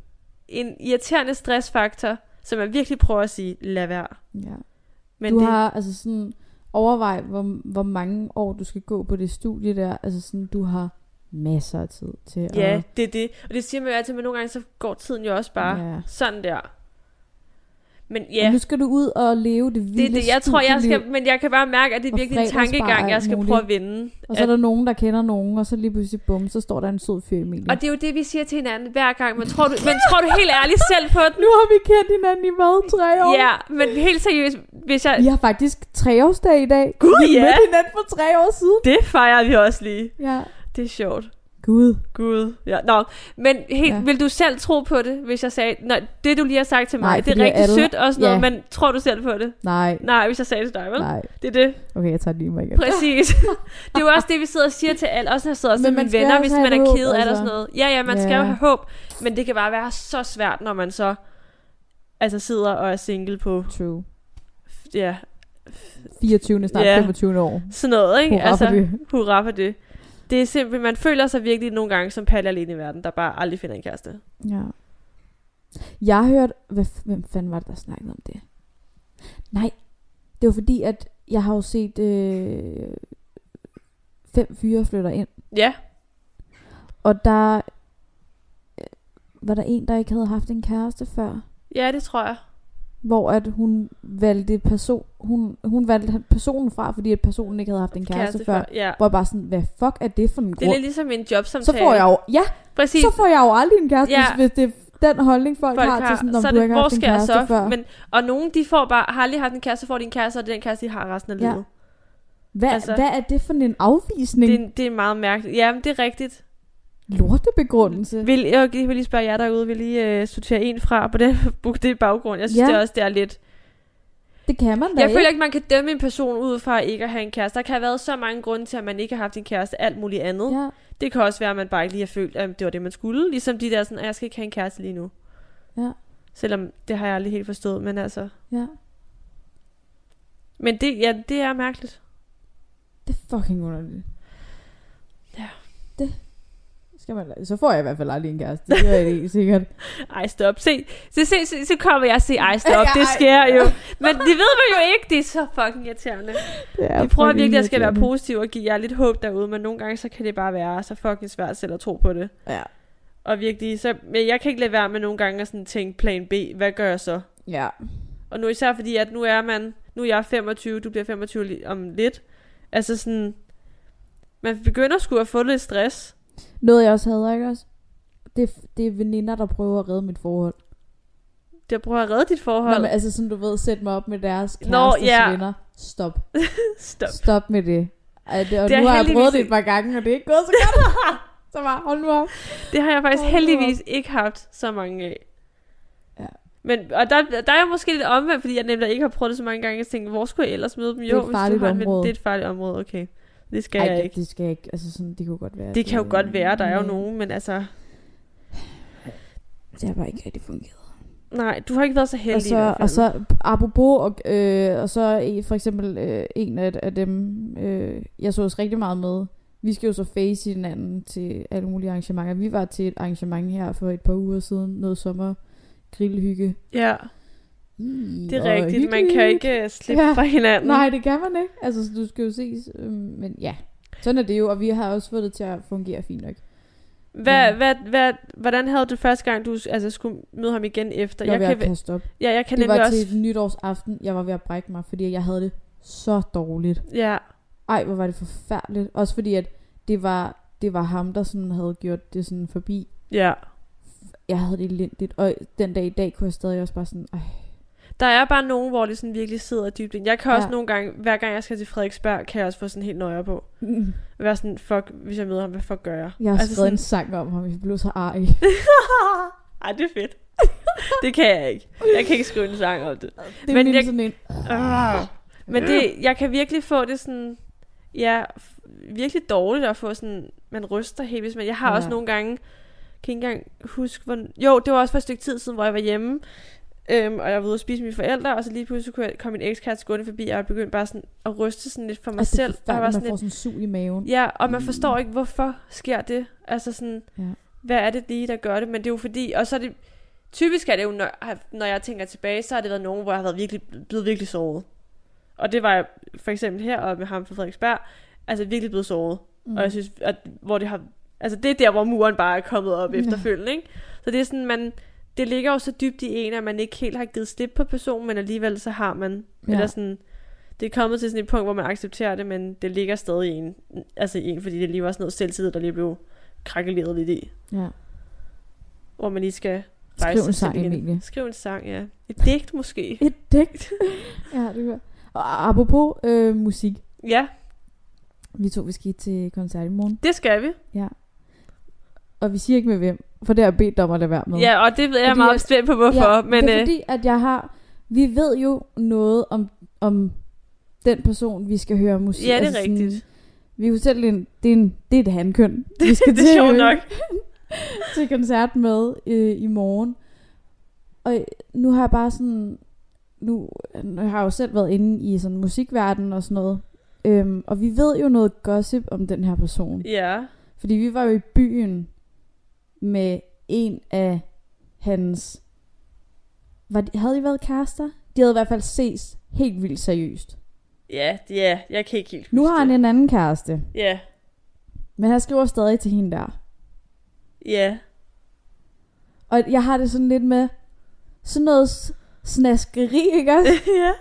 B: en irriterende stressfaktor, som man virkelig prøver at sige, lad være.
C: Ja.
B: Men
C: du
B: det,
C: det... har altså sådan overvej, hvor, hvor mange år du skal gå på det studie der. Altså sådan, du har masser af tid til
B: Ja,
C: at...
B: det er det. Og det siger man jo altid, men nogle gange så går tiden jo også bare
C: Ja.
B: sådan der. Men
C: Og
B: ja,
C: nu skal du ud og leve det
B: det er
C: vilde
B: det. Jeg tror, jeg skal,
C: studieliv.
B: men jeg kan bare mærke, at det er
C: Og
B: virkelig en
C: fredagsbar
B: tankegang,
C: og
B: jeg
C: alt
B: skal
C: muligt.
B: prøve at vende.
C: Og så er der nogen, der kender nogen, og så lige pludselig bum, så står der en sød fyr Emilie.
B: Og det er jo det, vi siger til hinanden hver gang. Men tror du, men tror du helt ærligt selv på den?
C: Nu har vi kendt hinanden i hvad, tre år?
B: Ja, men helt seriøst, hvis jeg...
C: Vi har faktisk treårsdag i dag.
B: Gud,
C: vi
B: ja.
C: mødte hinanden for tre år siden.
B: Det fejrer vi også lige.
C: Ja.
B: Det er sjovt.
C: Gud.
B: Gud, ja. Nå, men helt, ja.
C: Ja.
B: vil du selv tro på det, hvis jeg sagde, nej, det du lige har sagt til mig,
C: Nej,
B: det er
C: fordi
B: rigtig alle...
C: alle-
B: sødt og sådan noget,
C: Ja.
B: men tror du selv på det?
C: Nej.
B: Nej, hvis jeg sagde det til dig, vel?
C: Nej.
B: Det er det,
C: Okay, jeg tager den lige mig igen.
B: præcis. det er jo også det, vi sidder og siger til alle, også når jeg sidder og
C: Men
B: siger
C: man
B: mine
C: skal
B: venner,
C: også
B: hvis
C: have
B: man
C: et
B: er
C: håb,
B: ked af det og
C: altså.
B: sådan noget. Ja, ja, man skal
C: Ja.
B: jo have håb, men det kan bare være så svært, når man så altså sidder og er single på,
C: True.
B: ja,
C: 24. snart
B: Ja.
C: 25. år.
B: sådan noget, ikke?
C: Hurra altså... for det.
B: hurra for det. Det er simpelthen, man føler sig virkelig nogle gange som Palle alene i verden, der bare aldrig finder en kæreste.
C: Ja. Jeg har hørt, hvad, f- hvem fanden var det, der snakkede om det? Nej, det var fordi, at jeg har jo set øh, fem fyre flytter ind,
B: Ja,
C: og der øh, var der en, der ikke havde haft en kæreste før,
B: ja, det tror jeg.
C: hvor at hun valgte person, hun, hun valgte personen fra, fordi at personen ikke havde haft en kæreste, kæreste før. før.
B: Ja.
C: Hvor jeg bare sådan, hvad fuck er det for en
B: Det er
C: grund?
B: lidt ligesom en jobsamtale.
C: Så får jeg jo, ja,
B: Præcis.
C: så får jeg jo aldrig en kæreste,
B: Ja.
C: ja. hvis det er den holdning, folk,
B: folk
C: har til sådan, om
B: så er
C: du
B: det,
C: ikke har
B: hvor
C: haft en
B: skal jeg
C: kæreste
B: så?
C: før.
B: Men, og nogen, de får bare, har aldrig haft en kæreste, så får de en kæreste, og det er den kæreste, de har resten af
C: Ja.
B: livet.
C: Hvad,
B: Altså-
C: altså, hvad er det for en afvisning?
B: Det,
C: Det
B: er- det er meget mærkeligt. Ja, men det er rigtigt.
C: lortebegrundelse.
B: Vil, jeg vil lige spørge jer derude, vil I øh, sortere en fra på den, på det baggrund? Jeg synes
C: Ja.
B: det også, det er lidt...
C: Det kan man da
B: Jeg
C: ikke.
B: føler ikke, man kan dømme en person ud fra ikke at have en kæreste. Der kan have været så mange grunde til, at man ikke har haft en kæreste, alt muligt andet.
C: Ja,
B: Det kan også være, at man bare ikke lige har følt, at det var det, man skulle. Ligesom de der sådan, at jeg skal ikke have en kæreste lige nu.
C: Ja.
B: Selvom det har jeg aldrig helt forstået, men altså...
C: ja.
B: Men det, ja, det er mærkeligt.
C: Det er fucking underligt.
B: Ja.
C: Det skal man Så får jeg i hvert fald aldrig en kæreste. Det er det helt sikkert.
B: Ej, stop. Se, se, se, se så kommer jeg og siger, ej, stop,
C: Ej.
B: det sker jo. Men det ved man jo ikke, det er så fucking irriterende.
C: Det er
B: Vi prøver
C: fucking
B: virkelig, at jeg skal være
C: irriterende.
B: positiv og give jer lidt håb derude, men nogle gange, så kan det bare være så fucking svært selv at tro på det.
C: Ja.
B: Og virkelig, så, men jeg kan ikke lade være med nogle gange at sådan tænke plan B, hvad gør jeg så?
C: Ja.
B: Og nu især fordi, at nu er man, nu er jeg 25, du bliver 25 li- om lidt. Altså sådan, man begynder sgu at få lidt stress.
C: Noget jeg også hader, ikke også? Det, er- det er veninder, der prøver at redde mit forhold.
B: Det prøver at redde dit forhold.
C: Nå, men altså sådan, du ved, sæt mig op med deres
B: Nå,
C: kærestes
B: ja.
C: venner. Stop.
B: Stop.
C: Stop med det. Ej, det
B: Det
C: og det
B: er
C: nu har jeg
B: heldigvis
C: prøvet det
B: ikke-
C: et par gange, og det er ikke gået så godt. så bare, hold nu op.
B: Det har jeg faktisk
C: Hold da
B: heldigvis ikke haft så mange af.
C: Ja.
B: Men, og der, der er jeg måske lidt omvendt, fordi jeg nemlig ikke har prøvet det så mange gange. Jeg tænkte, hvor skulle jeg ellers møde dem?
C: er
B: Jo,
C: et farligt
B: en- men
C: område.
B: det er et farligt område, okay. Det skal
C: Ej,
B: jeg
C: det-
B: ikke.
C: det skal jeg ikke. Altså sådan, det Mm. kunne godt være.
B: Det kan jo godt være, der er jo
C: Ja.
B: nogen, men altså...
C: Det har bare ikke rigtig fungeret.
B: Nej, du har ikke været så heldig
C: Og
B: i hvert
C: så,
B: fald.
C: og så apropos, og, øh, og så i- for eksempel øh, en af, af dem, øh, jeg så også rigtig meget med, vi skal jo så face hinanden til alle mulige arrangementer. Vi var til et arrangement her for et par uger siden, noget sommer grillhygge.
B: Ja,
C: Mm,
B: det er
C: og
B: rigtigt. Man
C: hyggeligt.
B: kan ikke øh, slippe
C: Ja.
B: ja. fra hinanden.
C: Nej, det kan man ikke. Altså, så du skal jo ses. øhm, Men ja, sådan er det jo, og vi har også fået det til at fungere fint nok.
B: Hvad,
C: Mm.
B: hvad, hvad, hvordan havde du første gang, du altså, skulle møde ham igen efter?
C: Jeg, jeg
B: jeg,
C: ved at
B: kan,
C: kaste op.
B: ja, jeg kan
C: Det var
B: nemlig også...
C: til nytårsaften, jeg var ved at brække mig, fordi jeg havde det så dårligt.
B: Ja,
C: Ej, hvor var det forfærdeligt. Også fordi, at det var, det var ham, der sådan havde gjort det sådan forbi.
B: ja.
C: Jeg havde det elendigt, og den dag i dag kunne jeg stadig også bare sådan, ej,
B: Der er bare nogen, hvor det sådan virkelig sidder dybt ind. Jeg kan også
C: Ja.
B: nogle gange, hver gang jeg skal til Frederiksberg, kan jeg også få sådan helt nøje på.
C: mm.
B: Være sådan, fuck, hvis jeg møder ham, hvad fuck gør jeg?
C: jeg har altså
B: altså
C: skrevet sådan...
B: sådan,
C: en sang om ham, jeg blev så arg.
B: Ej, det er fedt. det kan jeg ikke. Jeg kan ikke skrive en sang om det.
C: Det er
B: Men
C: min
B: jeg-
C: sådan en,
B: Ah. Men det, jeg kan virkelig få det sådan, ja, f- virkelig dårligt at få sådan, man ryster helt vildt. Men jeg har
C: Ja.
B: ja. også nogle gange, kan ikke engang huske, hvor, jo, det var også for et stykke tid siden, hvor jeg var hjemme, øhm, og jeg var ude og spise med mine forældre, og så lige pludselig kunne jeg, kom min ekskæreste gående forbi, og jeg begyndte bare sådan at ryste sådan lidt for mig
C: og Altså, det er
B: selv. Og jeg var
C: forfærdeligt,
B: sådan
C: man får
B: lidt,
C: sådan en sul i maven.
B: ja, og man forstår ikke, hvorfor sker det? Altså sådan,
C: Ja.
B: ja. hvad er det lige, der gør det? Men det er jo fordi, og så er det, typisk er det jo, når, når jeg tænker tilbage, så har det været nogen, hvor jeg har været virkelig, blevet virkelig såret. Og det var jeg for eksempel her og med ham fra Frederiksberg, altså virkelig blevet såret. Mm. Og jeg synes, at hvor det har, altså det er der, hvor muren bare er kommet op
C: Ja.
B: efterfølgende, ikke? Så det er sådan, man, det ligger jo så dybt i en, at man ikke helt har givet slip på personen, men alligevel så har man,
C: Mm. Ja.
B: ja. eller sådan, det er kommet til sådan et punkt, hvor man accepterer det, men det ligger stadig i en, altså i en, fordi det lige var sådan noget selvtillid, der lige blev krakkeleret lidt i,
C: Ja.
B: hvor man lige skal rejse
C: Skriv en
B: sig selv
C: sang,
B: igen.
C: Emilie.
B: Skriv en sang, ja. Et digt måske.
C: Et digt. ja, det gør. Og apropos øh, musik.
B: Ja,
C: Vi to, vi skal til koncert i morgen.
B: det skal vi.
C: Og vi siger ikke med hvem, for det har jeg bedt dig om at lade være med.
B: Ja, og det ved jeg
C: Fordi
B: fordi meget
C: at-
B: spændt på, hvorfor.
C: ja,
B: men
C: det er
B: øh,
C: fordi, at jeg har... Vi ved jo noget om, om den person, vi skal høre musik.
B: ja, det er
C: altså sådan,
B: rigtigt.
C: Vi er jo selv en, det, er en, det er et handkøn. Vi skal
B: det er
C: til-
B: sjovt nok.
C: til koncert med øh, i morgen. Og nu har jeg bare sådan... Nu, nu har jeg jo selv været inde i sådan musikverdenen og sådan noget. Øhm, og vi ved jo noget gossip om den her person.
B: Ja.
C: Fordi vi var jo i byen med en af hans... Var de, havde de været kærester? De havde i hvert fald ses helt vildt seriøst.
B: Ja, ja, jeg kan ikke helt huske
C: Nu har han
B: det.
C: en anden kæreste,
B: Ja,
C: men han skriver stadig til hende der.
B: ja.
C: Og jeg har det sådan lidt med sådan noget s- snaskeri, ikke også?
B: ja.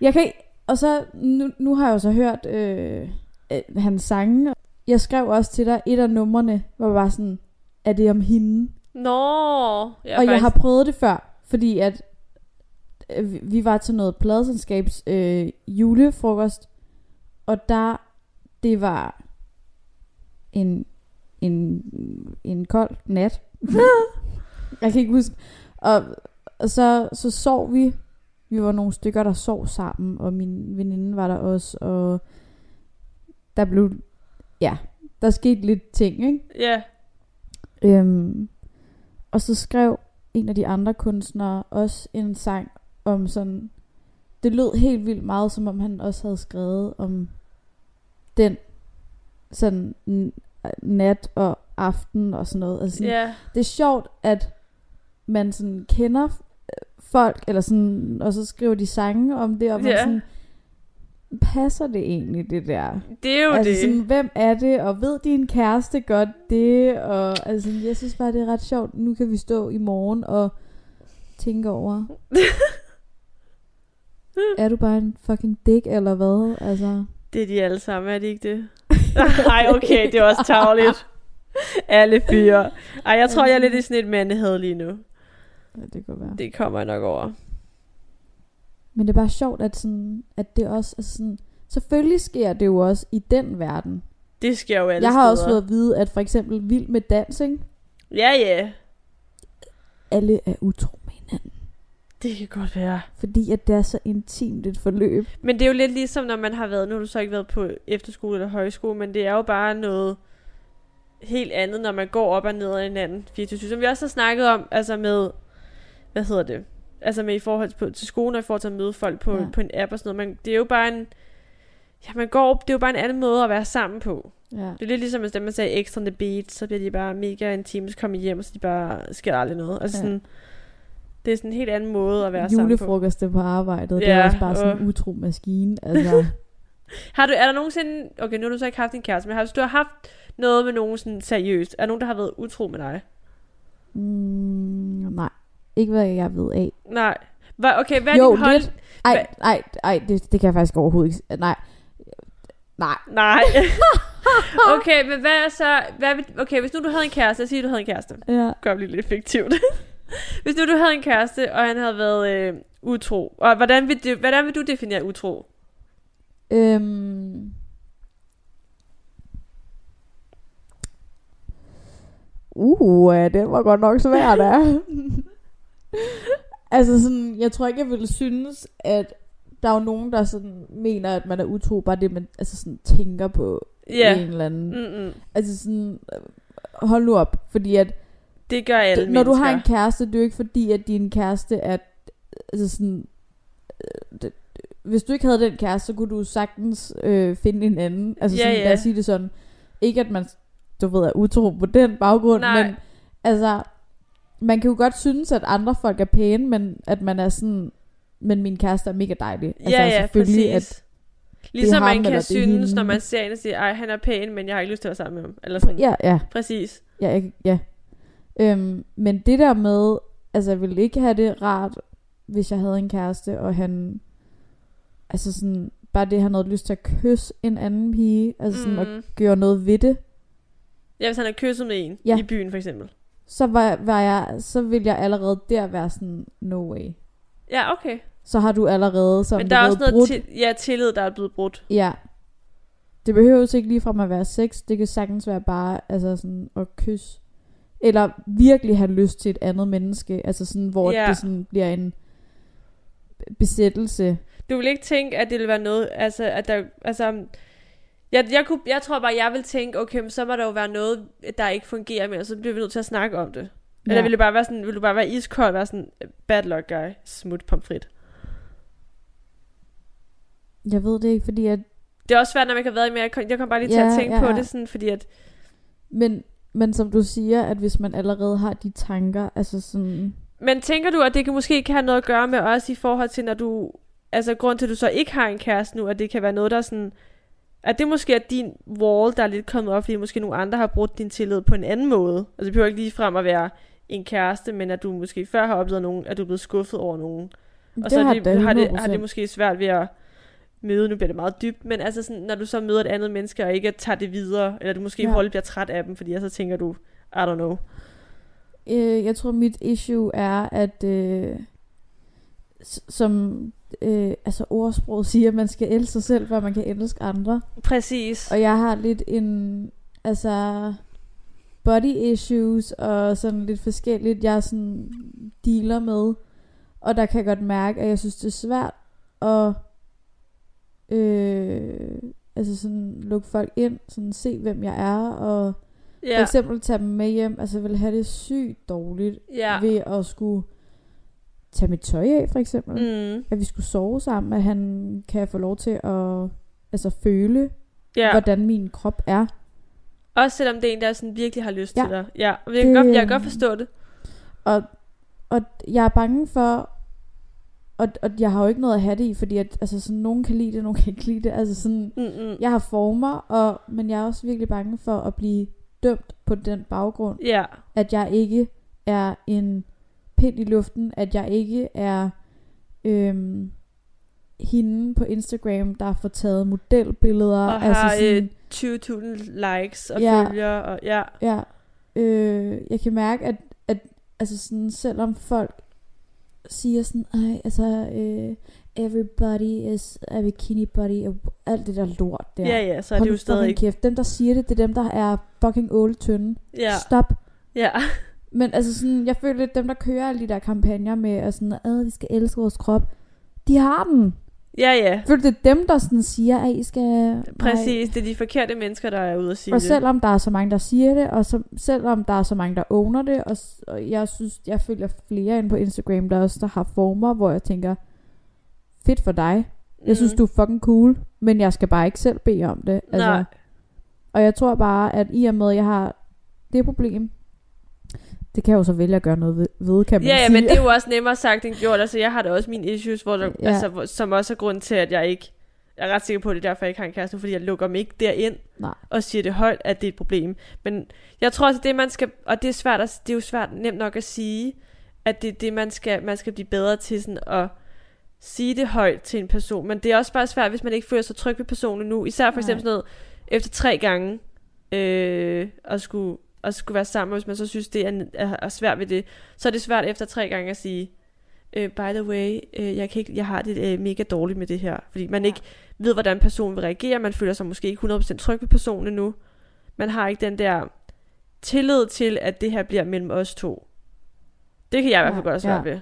C: Jeg kan ikke, og så, nu, nu har jeg jo så hørt øh, øh, hans sange. Jeg skrev også til dig, et af numrene var bare sådan, er det om hende?
B: Nå. Ja,
C: og jeg
B: faktisk.
C: har prøvet det før, fordi at øh, vi- vi var til noget pladselskabs øh, julefrokost, og der, det var en, en, en kold nat. jeg kan ikke huske. Og, og så, så sov vi. Vi var nogle stykker, der sov sammen, og min veninde var der også, og der blev, ja, der skete lidt ting, ikke?
B: Ja,
C: Øhm, og så skrev en af de andre kunstnere også en sang om sådan... Det lød helt vildt meget, som om han også havde skrevet om den sådan n- nat og aften og sådan noget. Altså sådan,
B: ja.
C: Det er sjovt, at man sådan kender øh, folk, eller sådan, og så skriver de sange om det, og man
B: Ja.
C: sådan, passer det egentlig, det der?
B: Det er jo
C: altså
B: det.
C: sådan, hvem er det, og ved din kæreste godt det, og altså, jeg synes bare, det er ret sjovt. Nu kan vi stå i morgen og tænke over, er du bare en fucking dick, eller hvad? Altså,
B: Det er de alle sammen, er det ikke det? Nej, okay, det er også tavligt. Alle fyre. Ej, jeg tror, jeg er lidt i sådan et mandehed lige nu.
C: ja, det kan være.
B: Det kommer jeg nok over.
C: Men det er bare sjovt, at, sådan, at det også altså sådan, Selvfølgelig sker det jo også i den verden.
B: Det sker jo alle
C: Jeg har også
B: steder.
C: fået at vide, at for eksempel Vild med Dans, ikke?
B: Ja, ja.
C: alle er utro med hinanden.
B: Det kan godt være.
C: Fordi at det er så intimt et forløb.
B: Men det er jo lidt ligesom, når man har været, nu har du så ikke været på efterskole eller højskole, men det er jo bare noget helt andet, når man går op og ned ad hinanden 24 som vi også har snakket om, altså med, hvad hedder det, altså med i forhold på, til skolen og i forhold til at møde folk på,
C: Ja.
B: ja. på en app og sådan noget. Man, det er jo bare en, Ja, man går, det er jo bare en anden måde at være sammen på.
C: Ja.
B: Det er lidt ligesom, hvis dem, man sagde ekstra on the beat, så bliver de bare mega intime, så kommer de hjem, så de bare sker der aldrig noget. Altså
C: Ja.
B: ja. sådan, det er sådan en helt anden måde at være sammen på.
C: Julefrokoster på arbejdet, det er
B: Ja,
C: også bare sådan en
B: åh.
C: utro maskine. Altså,
B: Har du, er der nogensinde, okay, nu har du så ikke haft din kæreste, men har du, du har haft noget med nogen sådan seriøst? Er der nogen, der har været utro med dig?
C: mm, nej, ikke hvad jeg ved af.
B: Nej. Hva, okay, hvad er
C: Jo,
B: din hold?
C: lidt. Ej, nej, nej, det, det kan jeg faktisk overhovedet ikke. s- Nej, nej,
B: Nej. okay, men hvad er så... Hvad, vil- okay, hvis nu du havde en kæreste... Lad os sige, du havde en kæreste.
C: ja.
B: Gør det lidt fiktivt. hvis nu du havde en kæreste, og han havde været øh, utro. Og hvordan vil, det, hvordan vil du definere utro?
C: Øhm. Uh, øh, den var godt nok svær, der. altså sådan, jeg tror ikke, jeg ville synes, at der er jo nogen, der sådan mener, at man er utro, bare det, man altså sådan, tænker på
B: Ja.
C: en eller anden. Mm.
B: Mm-mm.
C: Altså sådan, øh, hold nu op, fordi at
B: Det gør alle
C: d- når du har en
B: mennesker.
C: kæreste, det er jo ikke fordi, at din kæreste er... Altså sådan, øh, det, hvis du ikke havde den kæreste, så kunne du sagtens øh, finde en anden. Altså
B: Ja,
C: sådan,
B: ja.
C: lad os sige det sådan. Ikke at man, du ved, er utro på den baggrund,
B: Nej.
C: men altså, man kan jo godt synes, at andre folk er pæne, men at man er sådan, men min kæreste er mega dejlig. Altså
B: ja, ja,
C: selvfølgelig, at,
B: præcis. Ligesom
C: ham,
B: man
C: eller
B: kan
C: det er
B: synes,
C: hende.
B: når man ser en og siger, ej, han er pæn, men jeg har ikke lyst til at være sammen med ham. Eller sådan.
C: ja, ja,
B: Præcis.
C: ja, jeg, ja. Øhm, men det der med, altså jeg ville ikke have det rart, hvis jeg havde en kæreste, og han, altså sådan, bare det, han havde lyst til at kysse en anden pige, altså sådan, mm. at
B: Mm.
C: gøre noget ved det,
B: Ja, hvis han har kysset med en
C: Ja.
B: ja. i byen, for eksempel.
C: så var, var jeg, så ville jeg allerede der være sådan, no way.
B: Ja, okay.
C: Så har du allerede som
B: Men der er også noget
C: brudt.
B: til, ja, tillid, der er blevet brudt.
C: Ja. Det behøver ikke ligefrem at være sex, det kan sagtens være bare altså sådan at kysse. Eller virkelig have lyst til et andet menneske, altså sådan, hvor
B: Ja.
C: det sådan bliver en besættelse.
B: Du vil ikke tænke, at det ville være noget, altså, at der, altså, jeg, jeg, kunne, jeg tror bare, jeg vil tænke, okay, men så må der jo være noget, der ikke fungerer mere, så bliver vi nødt til at snakke om det. Ja. Eller ville det bare være sådan, ville du bare være iskold og være sådan, bad luck guy, smut pomfrit.
C: Jeg ved det ikke, fordi at,
B: Det er også svært, når man ikke har været i mere, jeg kom, jeg kom bare lige til
C: Ja,
B: at tænke
C: ja,
B: på
C: ja.
B: det, sådan, fordi at,
C: men, men som du siger, at hvis man allerede har de tanker, altså sådan,
B: men tænker du, at det kan måske kan have noget at gøre med også i forhold til, når du, altså grund til, at du så ikke har en kæreste nu, at det kan være noget, der sådan, at det måske er din wall, der er lidt kommet op, fordi måske nogle andre har brugt din tillid på en anden måde. Altså det behøver ikke lige frem at være en kæreste, men at du måske før har oplevet nogen, at du er blevet skuffet over nogen. Og
C: det
B: så
C: har
B: er det,
C: da
B: har, det,
C: 100%.
B: har det måske svært ved at møde, nu bliver det meget dybt, men altså sådan, når du så møder et andet menneske, og ikke tager det videre, eller du måske
C: Ja.
B: ja. holdt bliver træt af dem, fordi så tænker du, I don't know.
C: Øh, jeg tror, mit issue er, at øh, s- som øh, altså ordsproget siger, man skal elske sig selv, før man kan elske andre.
B: Præcis.
C: Og jeg har lidt en, altså body issues og sådan lidt forskelligt, jeg sådan dealer med. Og der kan jeg godt mærke, at jeg synes, det er svært at øh, altså sådan lukke folk ind, sådan se, hvem jeg er, og ja. for
B: Ja,
C: eksempel tage dem med hjem. Altså, jeg vil have det sygt dårligt ja.
B: ja.
C: ved at skulle tage mit tøj af, for eksempel
B: Mm.
C: at vi skulle sove sammen, at han kan få lov til at altså føle, ja.
B: Ja.
C: hvordan min krop er.
B: Også selvom det er en, der sådan virkelig har lyst
C: Ja.
B: ja. til dig. Ja, og jeg kan,
C: Det,
B: godt, jeg kan
C: øh,
B: godt forstå det.
C: Og, og jeg er bange for, og, og jeg har jo ikke noget at have det i, fordi at, altså sådan, nogen kan lide det, nogen kan ikke lide det. Altså sådan,
B: Mm-mm.
C: jeg har former, og, men jeg er også virkelig bange for at blive dømt på den baggrund,
B: Ja.
C: at jeg ikke er en pind i luften, at jeg ikke er øhm, hende på Instagram, der får taget modelbilleder.
B: Og altså har øh, 20.000 likes og
C: Ja.
B: ja. følgere. Og, ja.
C: Ja. Øh, jeg kan mærke, at, at altså sådan, selvom folk siger sådan, Ej, altså, øh, everybody is a bikini body, og alt det der lort der.
B: Ja. ja, ja, så er
C: Hold
B: det
C: nu
B: jo stadig
C: fucking
B: ikke.
C: kæft. Dem, der siger det, det er dem, der er fucking old tynde.
B: Ja,
C: Stop.
B: ja.
C: Men altså sådan, jeg føler lidt, dem, der kører alle de der kampagner med, at sådan, at vi skal elske vores krop, de har den.
B: ja, ja.
C: Jeg føler, det er dem, der sådan siger, at I skal... Nej,
B: Præcis, det er de forkerte mennesker, der er ude at sige
C: og
B: det.
C: selvom der er så mange, der siger det, og så, selvom der er så mange, der owner det, og, s- og jeg synes, jeg følger flere ind på Instagram, der også der har former, hvor jeg tænker, fedt for dig. Jeg
B: Mhm. Mm.
C: synes, du er fucking cool, men jeg skal bare ikke selv bede om det. Altså,
B: Nej.
C: Og jeg tror bare, at i og med, at jeg har det problem, det kan jeg jo så vælge at gøre noget ved, ved kan man
B: Ja, ja,
C: sige.
B: men det er jo også nemmere sagt end gjort. Altså, jeg har da også mine issues, hvor der,
C: Ja.
B: ja. altså, hvor, som også er grund til, at jeg ikke... Jeg er ret sikker på, at det er derfor, jeg ikke har en kæreste, nu, fordi jeg lukker mig ikke derind
C: Nej.
B: og siger det højt, at det er et problem. Men jeg tror også, at det man skal... Og det er, svært at, det er jo svært nemt nok at sige, at det er det, man skal, man skal blive bedre til sådan at sige det højt til en person. Men det er også bare svært, hvis man ikke føler sig tryg ved personen nu. Især for eksempel sådan noget, efter tre gange, øh, at, skulle, at skulle være sammen, og hvis man så synes, det er, er, er svært ved det, så er det svært efter tre gange at sige, øh, by the way, øh, jeg, kan ikke, jeg har det øh, mega dårligt med det her. Fordi man ikke ved, hvordan personen vil reagere, man føler sig måske ikke 100% tryg ved personen endnu. Man har ikke den der tillid til, at det her bliver mellem os to. Det kan jeg i hvert fald
C: Ja,
B: godt have svært
C: ja.
B: ved.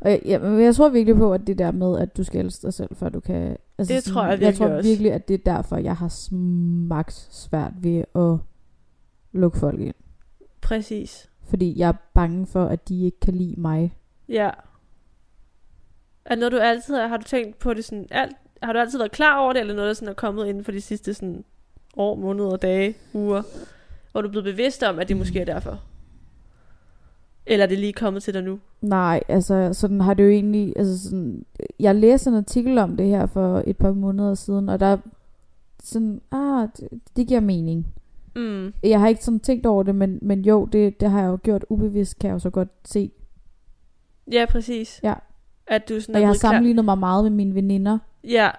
C: Og jeg, ja, men jeg tror virkelig på, at det der med, at du skal elske dig selv, før du kan... Altså
B: Det tror jeg
C: Jeg
B: virkelig
C: tror
B: også.
C: virkelig, at det er derfor, jeg har smaks svært ved at lukke folk ind.
B: Præcis.
C: Fordi jeg er bange for, at de ikke kan lide mig.
B: Ja. Er det noget, du altid har, har du tænkt på det sådan alt? Har du altid været klar over det, eller noget, der sådan er kommet inden for de sidste sådan år, måneder, dage, uger, hvor du er blevet bevidst om, at det
C: Mm.
B: måske er derfor? Eller er det lige kommet til dig nu?
C: Nej, altså sådan har det jo egentlig... Altså sådan, jeg læste en artikel om det her for et par måneder siden, og der sådan, ah, det, det giver mening.
B: Mm.
C: Jeg har ikke sådan tænkt over det, men, men jo, det, det har jeg jo gjort ubevidst, kan jeg jo så godt se.
B: Ja, præcis.
C: Ja.
B: At du sådan
C: Og
B: er
C: jeg har
B: blevet klar-
C: sammenlignet mig meget med mine veninder,
B: Ja,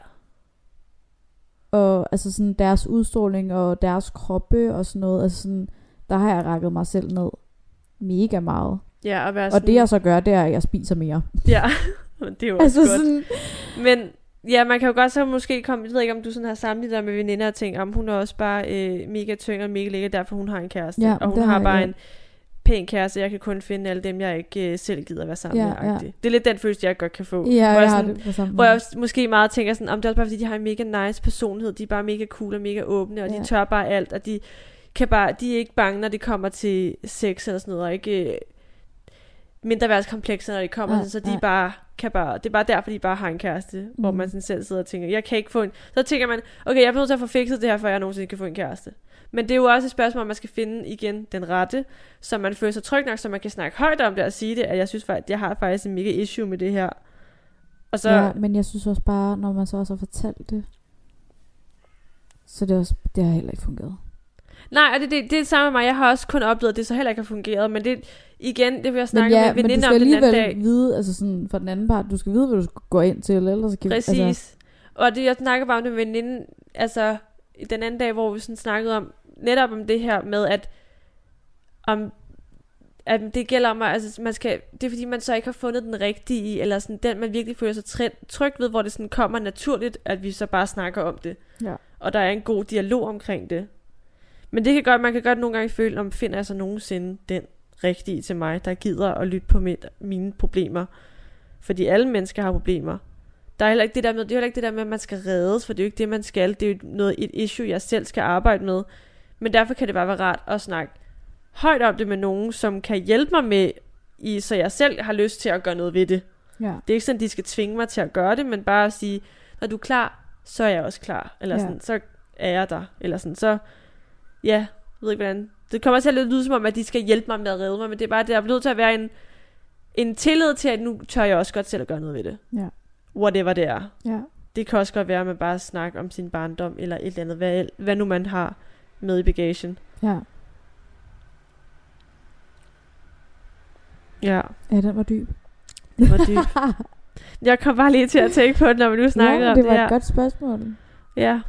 C: og altså sådan deres udstråling og deres kroppe og sådan noget, altså sådan, der har jeg rakket mig selv ned mega meget.
B: ja, at være
C: Og
B: sådan,
C: det jeg så gør, det er, at jeg spiser mere.
B: Ja, men det er jo også
C: Altså
B: godt.
C: sådan,
B: Men ja, man kan jo godt så måske komme, jeg ved ikke, om du sådan har sammenlignet dig med veninder og tænkt, om hun er også bare øh, mega tynd og mega lækker, derfor hun har en kæreste.
C: Ja,
B: og hun
C: det
B: har
C: har
B: bare
C: jeg.
B: en pæn kæreste, jeg kan kun finde alle dem, jeg ikke øh, selv gider være sammen
C: Ja,
B: med.
C: ja.
B: agtig. Det er lidt den følelse, jeg godt kan få.
C: ja,
B: hvor, jeg
C: jeg har
B: sådan,
C: det på samme
B: hvor jeg
C: måde.
B: også måske meget tænker sådan, om det er også bare fordi, de har en mega nice personlighed, de er bare mega cool og mega åbne, og
C: Ja.
B: de tør bare alt, og de kan bare, de er ikke bange, når det kommer til sex eller sådan noget, og ikke øh, mindreværdskomplekser, når det kommer,
C: Nej,
B: sådan, så de
C: nej.
B: bare kan bare, det er bare derfor, de bare har en kæreste, mm. hvor
C: Mm.
B: man sådan selv sidder og tænker, jeg kan ikke få en, så tænker man, okay, jeg bliver nødt til at få fikset det her, før jeg nogensinde kan få en kæreste. Men det er jo også et spørgsmål, om man skal finde igen den rette, så man føler sig tryg nok, så man kan snakke højt om det og sige det, at jeg synes faktisk, jeg har faktisk en mega issue med det her. Og så,
C: Ja, men jeg synes også bare, når man så også har fortalt det, så det, er også, det har heller ikke fungeret.
B: Nej, og det, det, det er det samme med mig. Jeg har også kun oplevet, at det så heller ikke har fungeret. Men det, igen, det vil jeg
C: Men
B: snakke med
C: ja, men du
B: veninder
C: skal
B: om den anden
C: alligevel
B: dag.
C: vide, altså sådan for den anden part, du skal vide, hvad du skal gå ind til, ellers kan
B: Præcis.
C: Altså,
B: Altså. Og det, jeg snakker bare om det med veninden, altså i den anden dag, hvor vi sådan snakkede om, netop om det her med, at om at det gælder om, at altså, man skal, det er fordi, man så ikke har fundet den rigtige, eller sådan den, man virkelig føler sig træ- tryg ved, hvor det sådan kommer naturligt, at vi så bare snakker om det.
C: Ja.
B: Og der er en god dialog omkring det. Men det kan godt, man kan godt nogle gange føle, om finder jeg så nogensinde den rigtige til mig, der gider at lytte på mit, mine problemer. Fordi alle mennesker har problemer. Der er heller ikke det der med, det er heller ikke det der med, at man skal reddes, for det er jo ikke det, man skal. Det er jo noget, et issue, jeg selv skal arbejde med. Men derfor kan det bare være rart at snakke højt om det med nogen, som kan hjælpe mig med, i, så jeg selv har lyst til at gøre noget ved det.
C: ja.
B: Det er ikke sådan, de skal tvinge mig til at gøre det, men bare at sige, når du er klar, så er jeg også klar. Eller
C: Ja.
B: sådan, så er jeg der. Eller sådan, så, ja, jeg ved ikke hvordan. Det kommer til at lyde som om, at de skal hjælpe mig med at redde mig, men det er bare, det der er nødt til at være en, en tillid til, at nu tør jeg også godt selv at gøre noget ved det.
C: Ja.
B: Whatever det er.
C: ja.
B: Det kan også godt være, at man bare snakker om sin barndom, eller et eller andet, hvad, hvad nu man har med i bagagen.
C: Ja,
B: Ja,
C: ja den var dyb.
B: det var dybt. Jeg kom bare lige til at tænke på det, når vi nu snakker
C: ja,
B: om
C: det
B: det
C: var
B: her.
C: et godt spørgsmål.
B: Ja.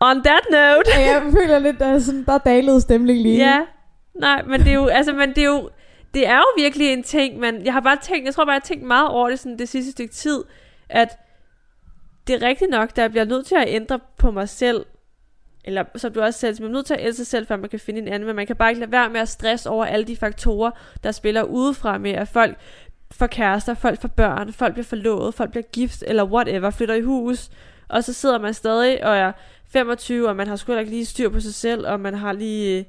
B: On that note.
C: Ja, jeg føler lidt, der er, sådan, der er dalet stemning lige.
B: Ja. Nej, men det er jo, altså, men det er jo, det er jo virkelig en ting, men jeg har bare tænkt, jeg tror bare, jeg har tænkt meget over det sådan det sidste stykke tid, at det er rigtigt nok, der bliver nødt til at ændre på mig selv, eller som du også selv, man er nødt til at ældre sig selv, før man kan finde en anden, men man kan bare ikke lade være med at stresse over alle de faktorer, der spiller udefra med, at folk får kærester, folk får børn, folk bliver forlovet, folk bliver gift, eller whatever, flytter i hus, og så sidder man stadig og er 25, og man har sgu heller ikke lige styr på sig selv, og man har lige... øh,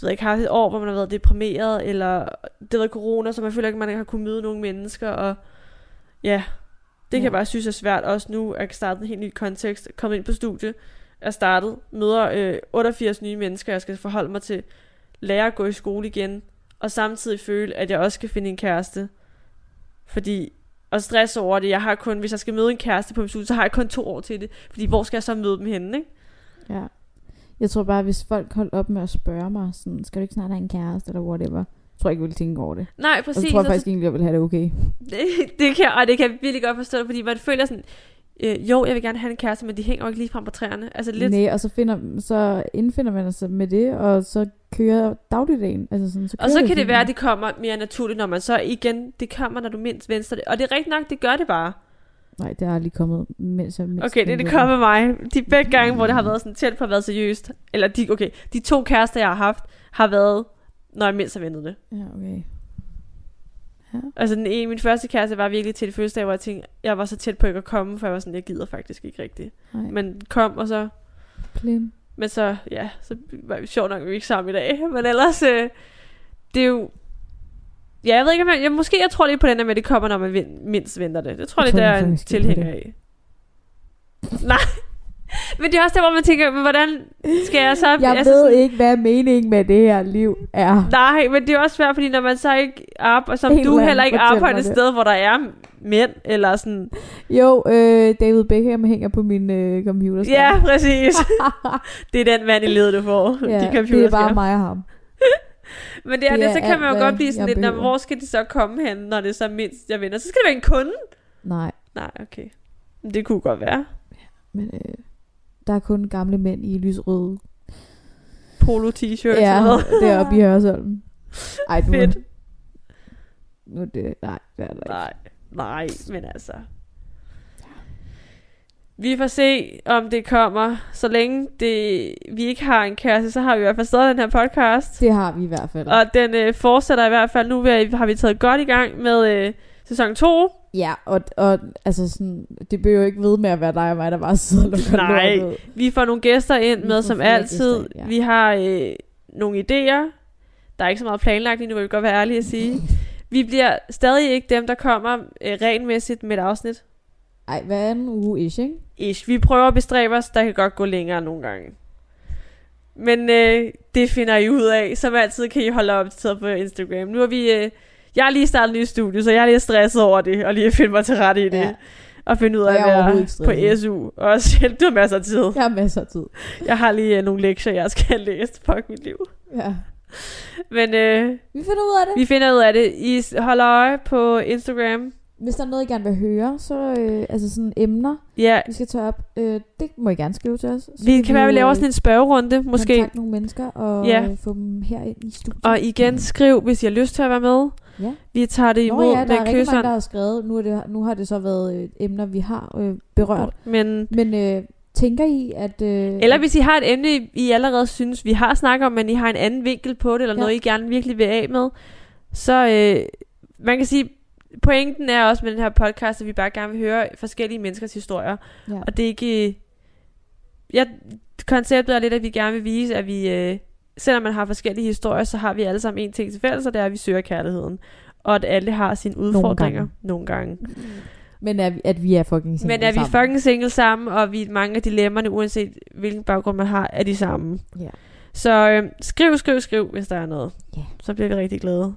B: du ved ikke, haft et år, hvor man har været deprimeret, eller det har været corona, så man føler ikke, at man ikke har kunnet møde nogle mennesker, og ja, Det kan
C: Ja.
B: jeg bare synes er svært, også nu at starte en helt ny kontekst, komme ind på studie, er startet, møder øh, 88 nye mennesker, jeg skal forholde mig til, lære at gå i skole igen, og samtidig føle, at jeg også skal finde en kæreste. Fordi, og stress over det, jeg har kun, hvis jeg skal møde en kæreste på min studie, så har jeg kun to år til det. Fordi, hvor skal jeg så møde dem henne, ikke?
C: Ja. Jeg tror bare, hvis folk holdt op med at spørge mig, sådan, skal du ikke snart have en kæreste eller whatever, jeg tror jeg ikke, jeg ville tænke over det.
B: Nej,
C: Og så
B: præcis.
C: tror jeg
B: og så-
C: faktisk egentlig, jeg ville have det okay.
B: det, det kan jeg, og det kan jeg virkelig godt forstå, fordi man føler sådan, øh, jo, jeg vil gerne have en kæreste, men de hænger jo ikke lige frem på træerne. Altså lidt,
C: Nej, og så, finder, så indfinder man sig med det, og så kører dagligdagen. Altså sådan, så kører
B: Og så kan
C: fint.
B: det være, at det kommer mere naturligt, når man så igen, det kommer, når du mindst venstre det. Og det er rigtigt nok, det gør det bare.
C: Nej, det er lige kommet, mens jeg... mens
B: Okay, det,
C: jeg-
B: det kommer med mig. De begge gange, hvor det har været sådan tæt på at være seriøst, eller de, okay, de to kærester, jeg har haft, har været, når jeg mindst har ventet det.
C: Ja, okay.
B: Altså den ene, min første kæreste var virkelig til det første dag, hvor jeg tænkte, jeg var så tæt på ikke at komme, for jeg var sådan, jeg gider faktisk ikke rigtigt.
C: Nej, Men...
B: Men kom, og så,
C: Plim.
B: men så, ja, så var vi sjovt nok vi er ikke sammen i dag. Men ellers, øh, det er jo, Ja, jeg ved ikke, om jeg, jeg, måske jeg tror lidt på den der med, at det kommer, når man vind, mindst venter det. Det tror jeg,
C: Jeg
B: lidt,
C: tror,
B: der
C: man
B: er en
C: faktisk ikke på
B: tilhænger af. Nej, men det er også der, hvor man tænker, men hvordan skal jeg så...
C: Jeg
B: altså
C: ved
B: sådan-
C: ikke, hvad meningen med det her liv er.
B: Nej, men det er også svært, fordi når man så ikke arbejder, og som
C: En
B: du
C: eller anden
B: heller ikke
C: fortæller
B: arbejder et
C: det.
B: sted, hvor der er mænd, eller sådan...
C: Jo, øh, David Beckham hænger på min øh, computer.
B: Ja, præcis. det er den mand i ledet, du får.
C: ja,
B: de computerskærme.
C: det er bare mig og ham.
B: Men det er,
C: Det
B: det,
C: er
B: så kan
C: alt,
B: man jo
C: hvad
B: godt blive sådan
C: jeg
B: lidt, "Nå, men
C: behøver."
B: hvor skal det så komme hen, når det så mindst jeg vinder? Så skal det være en kunde.
C: Nej,
B: Nej, okay. Men Det kunne godt være.
C: men øh, der er kun gamle mænd i lyserøde.
B: Polo t-shirt
C: ja,
B: ja. noget.
C: deroppe i Hørsholm. Ej, nu,
B: Fedt.
C: nu er det... Nej, det er der ikke.
B: Nej, nej, men altså. Vi får se, om det kommer. Så længe det, vi ikke har en kæreste, så har vi i hvert fald stadig den her podcast.
C: Det har vi i hvert fald.
B: Og den øh, fortsætter i hvert fald. Nu er- har vi taget godt i gang med øh, sæson 2.
C: Ja, og, og altså sådan, det behøver jo ikke ved med at være dig og mig, der bare sidder og lukker
B: Nej.
C: lortet ud.
B: Vi får nogle gæster ind
C: Vi
B: med,
C: får
B: som
C: flere
B: altid.
C: gæster ind, ja.
B: Vi har øh, nogle idéer. Der er ikke så meget planlagt lige nu, vil vi godt være ærlige at sige. Vi bliver stadig ikke dem, der kommer øh, regelmæssigt med et afsnit.
C: Ej, hver anden uge ish, ikke?
B: Ish. Vi prøver at bestræbe os, der kan godt gå længere nogle gange. Men øh, det finder I ud af. Som altid kan I holde opdateret på Instagram. Nu er vi... Øh, jeg har lige startet en ny studie, så jeg er lidt stresset over det, og lige at finde mig til rette i det.
C: Ja.
B: Og finde ud af
C: Og
B: at
C: jeg er
B: være
C: overhovedet ikke
B: på SU. Og selv, du har masser af tid.
C: Jeg har masser af tid.
B: Jeg har lige øh, nogle lektier, jeg skal have læst. Fuck mit liv.
C: Ja.
B: Men øh,
C: Vi finder ud af det.
B: vi finder ud af det. I s- holder øje på Instagram.
C: Hvis der er noget, I gerne vil høre, så øh, altså sådan emner,
B: Ja,
C: vi skal tage op, øh, det må I gerne skrive til os. Så
B: vi kan være, at vi
C: jo,
B: laver
C: øh,
B: sådan en spørgerunde, måske.
C: kontakte nogle mennesker og
B: Ja.
C: ja. få dem herind i studiet.
B: Og igen, skriv, hvis I har lyst til at være med.
C: Mm. Ja.
B: Vi tager det
C: Nå
B: imod
C: ja, der er
B: med
C: rigtig mange, der
B: kysseren.
C: har skrevet. Nu, er det, nu har det så været øh, emner, vi har øh, berørt.
B: Men,
C: Men øh, tænker I, at... Øh,
B: eller hvis I har et emne, I allerede synes, vi har snakket om, men I har en anden vinkel på det, eller ja.
C: Ja.
B: noget, I gerne virkelig vil af med, så øh, man kan sige, pointen er også med den her podcast, at vi bare gerne vil høre forskellige menneskers historier.
C: Ja.
B: Og det er ikke... Ja, konceptet er lidt, at vi gerne vil vise, at vi... Øh, selvom man har forskellige historier, så har vi alle sammen en ting til fælles, og det er, at vi søger kærligheden. Og at alle har sine udfordringer
C: gange.
B: nogle gange.
C: Men er vi, at vi er fucking single
B: Men er vi
C: sammen.
B: fucking single sammen, og vi mange af dilemmerne, uanset hvilken baggrund man har, er de samme.
C: Ja.
B: Så øh, skriv, skriv, skriv, hvis der er noget.
C: Ja.
B: Så bliver vi rigtig glade.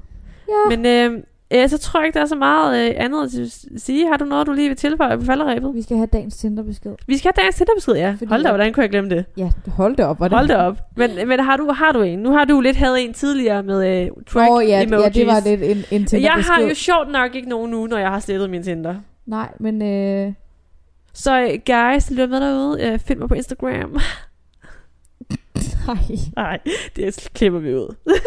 C: Ja. Men,
B: Men øh, øh, så tror jeg ikke, der er så meget øh, andet at s- sige. Har du noget, du lige vil tilføje på falderæbet?
C: vi skal have dagens Tinder-besked.
B: Vi skal have dagens Tinderbesked, ja.
C: Fordi
B: Hold da,
C: at-
B: hvordan kunne jeg glemme det?
C: Ja, hold da op. Hvordan?
B: Hold da op. Men, men har, du, har du en? Nu har du lidt havde en tidligere med øh, track
C: Nå, ja,
B: emojis.
C: ja, det var lidt en, en Tinder-besked.
B: Jeg har jo sjovt nok ikke nogen nu, når jeg har slettet min Tinder.
C: Nej, men... Øh,
B: Så øh, guys, lyt med derude. Øh, find mig på Instagram.
C: nej.
B: Nej, det klipper vi ud.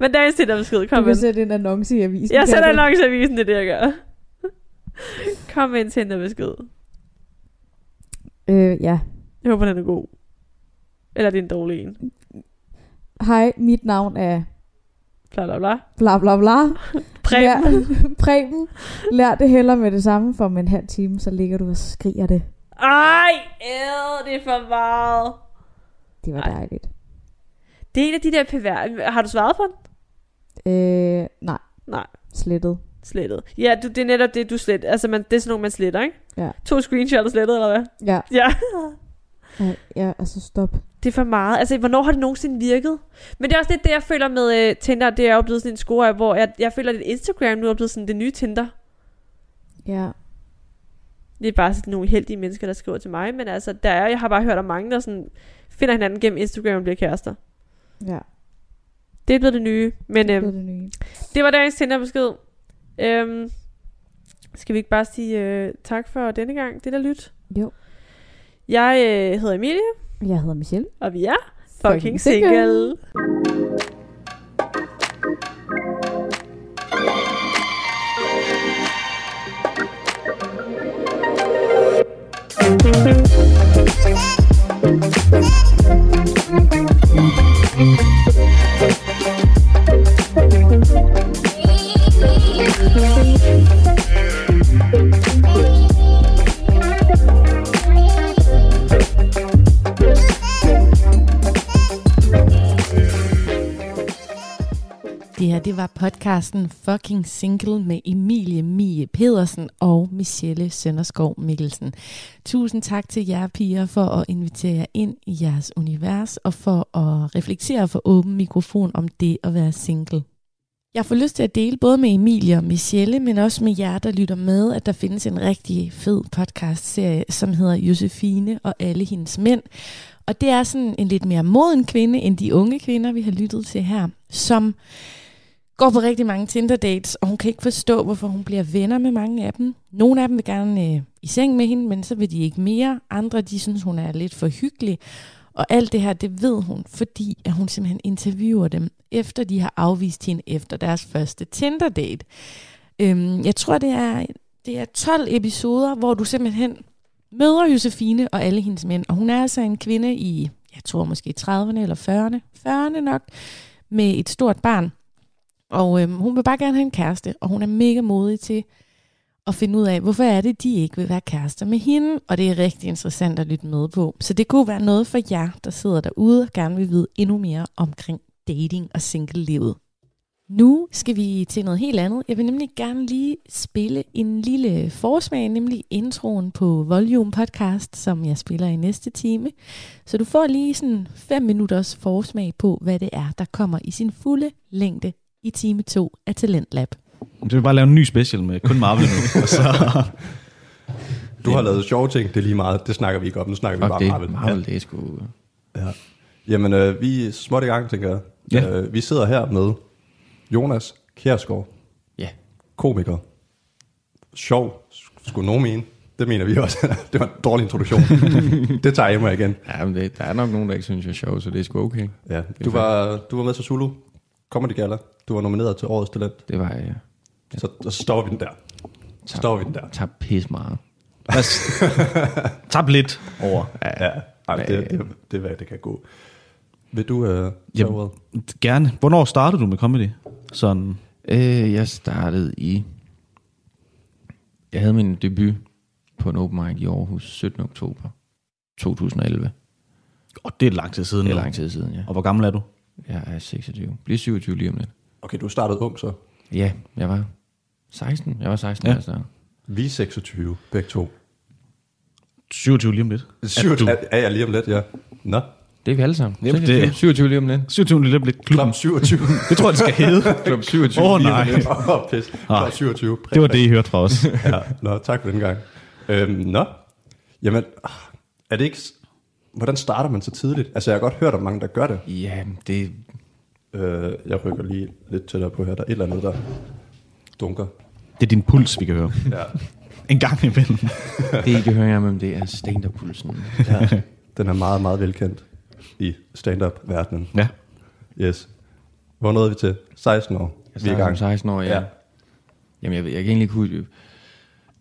B: men dagens Tinder-besked, kom
C: Du
B: med.
C: kan sætte en annonce i avisen.
B: Jeg
C: kan
B: sætter
C: du?
B: nok til avisen, det er det, jeg gør. kom med en Tinder-besked.
C: Øh, ja.
B: Jeg håber, den er god. Eller det er en dårlig en.
C: Hej, mit navn er
B: Bla bla bla.
C: bla bla bla.
B: Præm.
C: Lær, præben. Lær det heller med det samme, for om en halv time, så ligger du og skriger det.
B: Ej, æd, det er for meget.
C: Det var
B: Ej.
C: dejligt.
B: Det er en af de der perver... Har du svaret på den?
C: Øh, nej.
B: Nej.
C: Slettet.
B: Slettet. Ja, du, det er netop det, du slet. Altså, man, det er sådan nogle, man sletter, ikke?
C: Ja.
B: To screenshots slettet, eller hvad?
C: Ja,
B: Ja.
C: ja, ja altså stop.
B: Det er for meget. Altså, hvornår har det nogensinde virket? Men det er også lidt det, jeg føler med uh, Tinder. Det er jo blevet sådan en score, hvor jeg, jeg føler, at Instagram nu er blevet sådan det nye Tinder.
C: Ja,
B: Det er bare sådan nogle heldige mennesker, der skriver til mig. Men altså, der er, jeg har bare hørt om mange, der sådan finder hinanden gennem Instagram og bliver kærester.
C: ja.
B: Det er blevet det nye. Men
C: det
B: øhm,
C: er det nye.
B: Det var dagens Tinder-besked. Øhm, skal vi ikke bare sige øh, tak for denne gang? Det der lyt.
C: Jo.
B: Jeg øh, hedder Emilie,
C: Jeg hedder Michelle.
B: og vi er fucking,
C: Fucking
B: fucking
C: single.
B: single. single.
A: Det her, det var podcasten Fucking Single med Emilie Mie Pedersen og Michelle Sønderskov Mikkelsen. Tusind tak til jer piger for at invitere jer ind i jeres univers og for at reflektere for åben mikrofon om det at være single. Jeg får lyst til at dele både med Emilie og Michelle, men også med jer, der lytter med, at der findes en rigtig fed podcast-serie, som hedder Josefine og alle hendes mænd. Og det er sådan en lidt mere moden kvinde end de unge kvinder, vi har lyttet til her, som går på rigtig mange Tinder-dates, og hun kan ikke forstå, hvorfor hun bliver venner med mange af dem. Nogle af dem vil gerne øh, i seng med hende, men så vil de ikke mere. Andre, de synes, hun er lidt for hyggelig. Og alt det her, det ved hun, fordi at hun simpelthen interviewer dem, efter de har afvist hende efter deres første Tinder-date. Øhm, jeg tror, det er, det er 12 episoder, hvor du simpelthen møder Josefine og alle hendes mænd. Og hun er altså en kvinde i, jeg tror måske 30'erne eller 40'erne, 40'erne nok, med et stort barn. Og øhm, hun vil bare gerne have en kæreste, og hun er mega modig til at finde ud af, hvorfor er det, de ikke vil være kærester med hende, og det er rigtig interessant at lytte med på. Så det kunne være noget for jer, der sidder derude og gerne vil vide endnu mere omkring dating og single-livet. Nu skal vi til noget helt andet. Jeg vil nemlig gerne lige spille en lille forsmag, nemlig introen på Volume Podcast, som jeg spiller i næste time. Så du får lige sådan fem minutters forsmag på, hvad det er, der kommer i sin fulde længde i time 2 af Talentlab.
D: Men Så vil vi bare lave en ny special med kun Marvel nu. Og så,
E: Du har lavet sjove ting, det er lige meget. Det snakker vi ikke om, nu snakker vi
F: Fuck
E: bare om
F: det,
E: Marvel.
F: Marvel, det er sgu...
E: Ja. Jamen, øh, vi er småt i gang, tænker jeg.
F: Ja.
E: Øh, vi sidder her med Jonas Kjærsgaard,
F: Ja.
E: komiker. Sjov, skulle nogen mene. Det mener vi også. det var en dårlig introduktion. det tager jeg mig igen.
F: Ja, men det, der er nok nogen, der ikke synes, jeg er sjov, så det er sgu okay.
E: Ja, du var, du var med til Zulu Comedy Gala. Du var nomineret til Årets Talent.
F: Det var øh, jeg.
E: Så, og så stopper vi den der. Så stopper vi den der.
F: Tab pis meget.
D: lad os tab lidt over.
E: Ja, Ej, men det, det, det, er, hvad det kan gå. Vil du øh, tage
D: Jamen.
E: ordet?
D: Gerne. Hvornår startede du med comedy? Sådan,
F: Øh, jeg startede i... Jeg havde min debut på en open mic i Aarhus 17. oktober 2011.
D: åh, det er lang tid siden.
F: Det er
D: nu.
F: lang tid siden, ja.
D: Og hvor gammel er du?
F: Jeg er 26. Bliver 27 lige om lidt.
E: Okay, du startede ung så.
F: Ja, jeg var 16. Jeg var 16,
D: Ja.
F: ja. altså.
E: Vi er 26, begge to.
D: 27 lige om lidt.
E: Syv,
D: du-
E: er, er jeg lige om lidt, ja. Nå,
F: Det er vi alle sammen.
D: Jamen,
F: 26,
D: det-
F: 27 lige om lidt.
D: 27 lige om lidt. Klubben.
E: klokken 27.
D: Det tror jeg, det skal hedde.
F: Klub 27
D: Åh,
F: lige om
D: nej.
F: lidt.
E: Åh, pis. Klokken 27.
D: Det var det, I hørte fra os.
E: Ja, nå, tak for den gang. Øhm, nå, jamen, ah, er det ikke... s- Hvordan starter man så tidligt? Altså, jeg har godt hørt om mange, der gør det.
F: Ja, det,
E: Øh, jeg rykker lige lidt tættere på her. Der er et eller andet, der dunker.
D: Det er din puls, vi kan høre.
E: Ja,
D: En gang imellem.
F: det I kan høre jer om, det er stand-up-pulsen.
E: ja. Den er meget, meget velkendt i stand-up-verdenen.
D: Ja.
E: Yes. Hvor nåede vi til? 16 år. Vi er i gang.
F: Som 16 år, ja.
E: Ja.
F: ja. Jamen, jeg, ved- jeg kan egentlig ikke huske...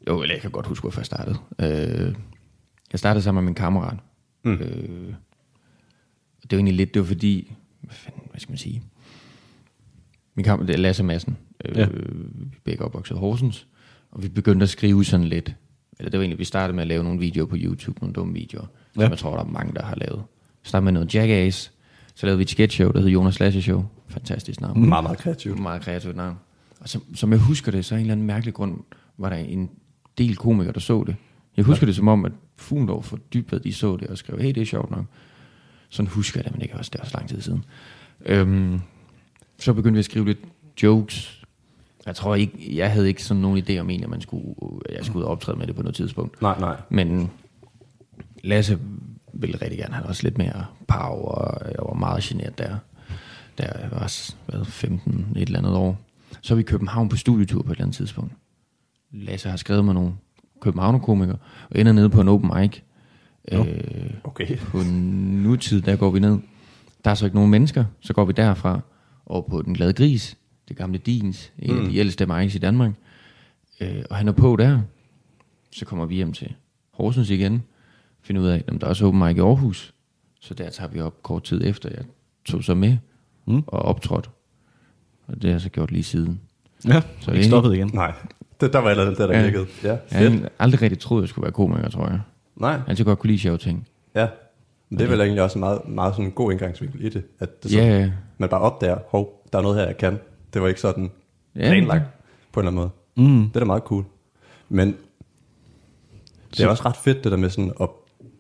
F: Jo, eller jeg kan godt huske, hvorfor jeg startede. Øh, jeg startede sammen med min kammerat. Mm. Øh, og det var egentlig lidt, det var fordi... Hvad fanden, hvad skal man sige? Min kammerat, det er Lasse Madsen. Øh,
D: Ja.
F: ja. Vi er begge opvokset i Horsens. Og vi begyndte at skrive sådan lidt... Eller det var egentlig, vi startede med at lave nogle videoer på YouTube, nogle dumme videoer, ja.
D: Ja.
F: som jeg tror, der er mange, der har lavet. Vi startede med noget Jackass, så lavede vi et sketch show, der hed Jonas Lasse Show. Fantastisk navn.
E: Meget, meget kreativt.
F: Meget kreativt navn. Og som, som jeg husker det, så af en eller anden mærkelig grund, var der en del komikere, der så det. Jeg husker ja. det som om, at Fuglendorf for Dybvad, de så det og skrev, hey, det er sjovt nok. Sådan husker jeg det, men det er også, det er også lang tid siden. Øhm, så begyndte vi at skrive lidt jokes. Jeg tror ikke, jeg havde ikke sådan nogen idé om egentlig, at man skulle, jeg skulle ud og optræde med det på noget tidspunkt.
E: Nej, nej.
F: Men Lasse ville rigtig gerne have også lidt mere power, og jeg var meget generet der. Der var s- hvad, 15, et eller andet år. Så er vi i København på studietur på et eller andet tidspunkt. Lasse har skrevet med nogle københavnerkomikere, og ender nede på en open mic.
E: Nå,
F: Øh,
E: Okay.
F: på nutid, der går vi ned. Der er så ikke nogen mennesker, så går vi derfra over på Den Glade Gris, det gamle Dins, en
E: Mm.
F: af de ældste markeds i Danmark. Øh, og han er på der. Så kommer vi hjem til Horsens igen, finder ud af, at der er også open mic i Aarhus. Så der tager vi op kort tid efter, jeg tog så med mm. og optrådte. Og det har jeg så gjort lige siden.
D: Ja, så
F: Så egentlig-
D: ikke stoppet igen.
E: Nej, det, der var allerede der, der
F: Ja.
E: virkede. Ja,
F: Jeg
E: fedt.
F: havde aldrig rigtig troet, jeg skulle være komiker, tror jeg.
E: Nej,
F: Han så godt kunne lide sjove ting.
E: ja. Men det er vel egentlig også en meget, meget sådan god indgangsvinkel i det, at det så,
F: Ja, ja.
E: man bare opdager, hov, der er noget her, jeg kan. Det var ikke sådan
F: Ja.
E: planlagt på en eller anden måde. Mm. Det er da meget cool. Men det er også ret fedt, det der med sådan at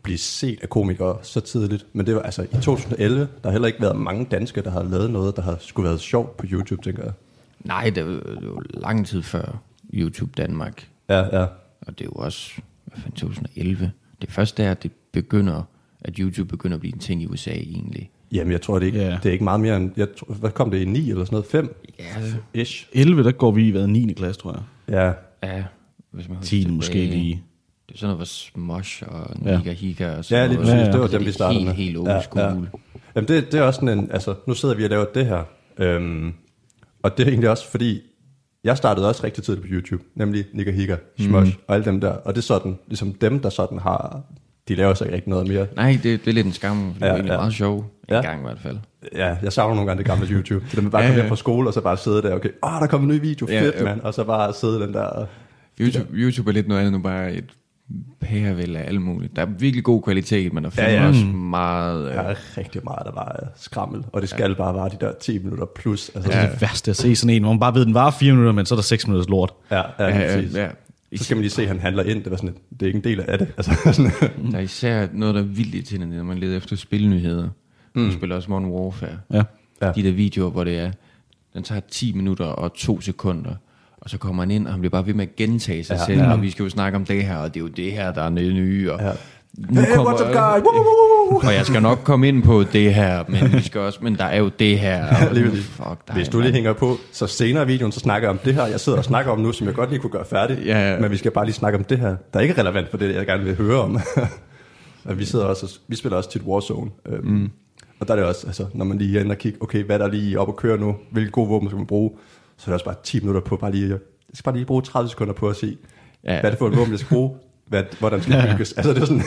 E: blive set af komikere så tidligt. Men det var altså i 2011, der har heller ikke været mange danske, der har lavet noget, der har skulle været sjovt på YouTube, tænker jeg.
F: Nej, det var, det var lang tid før YouTube Danmark.
E: Ja, ja.
F: Og det er jo også, hvad fanden, 2011. Det første er, at det begynder, at YouTube begynder at blive en ting i USA egentlig.
E: Jamen, jeg tror, det er ikke,
D: Ja.
E: det er ikke meget mere end... Jeg tror, hvad kom det i 9 eller sådan noget? 5?
F: Ja,
E: Ish.
D: 11, der går vi i hvad, 9. klasse, tror jeg.
E: Ja,
F: ja hvis man husker
D: 10
F: tilbage.
D: måske lige.
F: Det er sådan noget, hvor Smosh og
D: Ja.
F: Nika Hika og sådan
E: ja lige
F: noget.
E: præcis.
D: ja.
E: Det var
F: Altså,
E: dem,
F: det
E: vi
F: er
E: startede
F: helt,
E: med.
F: helt old
E: Ja,
F: school.
E: Jamen, det, det er også sådan en... Altså, nu sidder vi og laver det her. Øhm, og det er egentlig også, fordi... Jeg startede også rigtig tidligt på YouTube, nemlig Nika Higa,
D: Mhm.
E: Smosh mm. og alle dem der. Og det er sådan, ligesom dem, der sådan har... De laver så ikke rigtig noget mere.
F: Nej, det, det er lidt en skam, for det var
E: Ja,
F: egentlig
E: ja.
F: meget sjov. En
E: Ja.
F: gang i hvert fald.
E: Ja, jeg savner nogle gange det gamle YouTube. Det der med bare at komme hjem fra skole, og så bare sidde der, okay, åh, oh, der kommer en ny video,
F: Ja,
E: fedt,
F: ja.
E: mand. Og så bare sidde den der...
F: YouTube, YouTube er lidt noget andet nu bare et pærevæld af alt muligt. Der er virkelig god kvalitet, men der
E: Ja,
F: finder ja,
E: ja.
F: ja. også meget... Øh,
E: Der er rigtig meget, der bare er skrammel, og det skal ja. bare vare de der 10 minutter plus. Altså,
D: Det er det værste at se sådan en, hvor man bare ved, den varer 4 minutter, men så er der 6 minutters lort.
E: Ja, ja, ja, ja,
F: ja, ja.
E: Så skal man lige se, at han handler ind. Det, var sådan, et- det er ikke en del af det. Altså, sådan,
F: Der er især noget, der er vildt irriterende, når man leder efter spilnyheder. Mm. Du spiller også Modern Warfare.
D: Ja.
E: Ja.
F: Ja. De der videoer, hvor det er, den tager 10 minutter og 2 sekunder, og så kommer han ind, og han bliver bare ved med at gentage sig ja, selv,
E: Mm.
F: ja. og vi skal jo snakke om det her, og det er jo det her, der er nye, nye og ja. nu Øh,
E: hey, what's up, guy? Woo, woo, woo, woo.
F: og jeg skal nok komme ind på det her, men, vi skal også, men der er jo det her. Og,
E: Lige præcis.
F: fuck dig,
E: Hvis du lige
F: mand.
E: hænger på, så senere i videoen, så snakker jeg om det her, jeg sidder og snakker om nu, som jeg godt lige kunne gøre færdig.
F: Ja, ja.
E: Men vi skal bare lige snakke om det her, der er ikke relevant for det, jeg gerne vil høre om. og vi, sidder også, vi spiller også tit Warzone. Øhm, mm. Og der er det også, altså, når man lige er inde og kigger, okay, hvad er der lige op at køre nu? Hvilke gode våben skal man bruge? Så er det også bare 10 minutter på, bare lige, jeg skal bare lige bruge 30 sekunder på at se,
F: Ja.
E: ja. hvad er det for et våben, jeg skal bruge? Hvad, hvordan skal det bygges? Altså, det er sådan,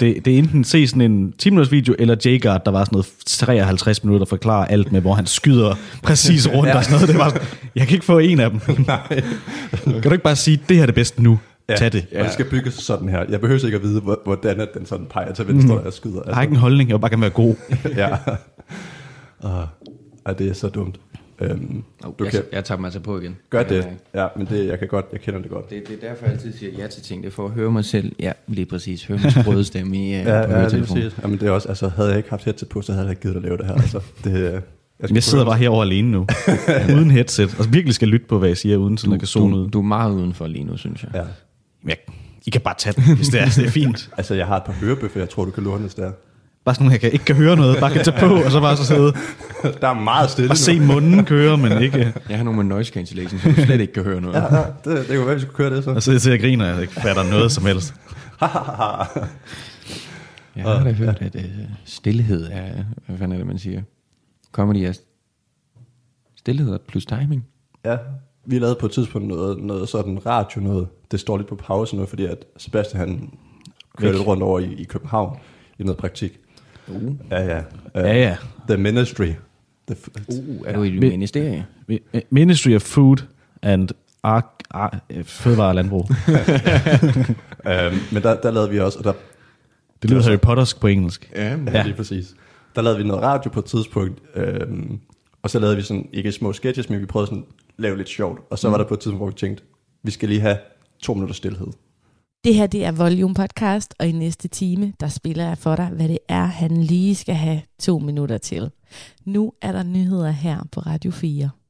D: Det, det er enten se sådan en 10 minutters video, eller Jagard, der var sådan noget 53 minutter, forklarer alt med, hvor han skyder præcis rundt ja. og sådan noget. Det var sådan, jeg kan ikke få en af dem.
E: nej.
D: Kan du ikke bare sige, det her er det bedste nu? Ja. Tag det.
E: Ja. Og det skal bygges sådan her. Jeg behøver ikke at vide, hvor- hvordan at den sådan peger til venstre, mm.
F: Mm-hmm.
E: og jeg skyder.
D: Jeg har ikke en holdning, jeg vil bare gerne være god.
E: ja. og, og Ah, det er så dumt. Øhm,
F: Hov,
E: du
F: jeg,
E: kan
F: jeg tager dem altså på igen.
E: gøre
F: Ja,
E: det. Ja, men det, jeg kan godt, jeg kender det godt.
F: Det, det er derfor, jeg altid siger ja til ting. Det er for at høre mig selv. Ja, lige præcis. Høre min sprøde stemme i, ja, på
E: Ja, ja, det er
F: høretelefonen.
E: præcis. Jamen, det er også, altså, havde jeg ikke haft headset på, så havde jeg ikke givet dig at lave det her. Altså, det, øh, skulle
D: Jeg sidder bare herovre alene nu, uden headset, og virkelig skal lytte på, hvad jeg siger, uden sådan, at jeg kan zone
F: Du,
D: ud.
F: du er meget udenfor lige nu, synes jeg.
E: Ja.
D: Jamen, jeg, I kan bare tage den, hvis det er, det er fint.
E: Altså, jeg har et par hørebøffer, jeg tror, du kan låne, hvis det er.
D: Bare sådan, at jeg kan, ikke kan høre noget, bare kan tage på, og så bare så sidde
E: Der er meget stille
D: og se munden køre, men ikke...
F: Jeg har nogle med noise cancellation, så du slet ikke kan høre noget.
E: Ja, ja, det, det kunne være, vi skulle køre det så.
D: Og så sidder jeg til at grine, og jeg ikke fatter noget som helst.
F: Jeg har da hørt, at uh, stillhed er... Hvad fanden er det, man siger? Comedy er stillhed plus timing.
E: Ja, vi lavede på et tidspunkt noget, noget sådan radio noget. Det står lidt på pause nu, fordi at Sebastian han kørte lidt rundt over i, i København i noget praktik. Uh. Ja, ja. Uh,
D: Ja, ja.
E: The Ministry. The f-
F: Uh, er du i et ministerie?
D: Ministry of Food and Ark, Ar, øh, Fødevare og Landbrug.
E: øhm, men der, der lavede vi også, og der,
D: Det lyder Harry Pottersk på engelsk.
E: ja. lige præcis. Der lavede vi noget radio på et tidspunkt, øhm, Og så lavede vi sådan, ikke små sketches, men vi prøvede sådan at lave lidt sjovt. Og så mm. var der på et tidspunkt, hvor vi tænkte, vi skal lige have to minutter stillhed.
A: Det her, det er Volume Podcast, og i næste time, der spiller jeg for dig, hvad det er, han lige skal have to minutter til. Nu er der nyheder her på Radio 4.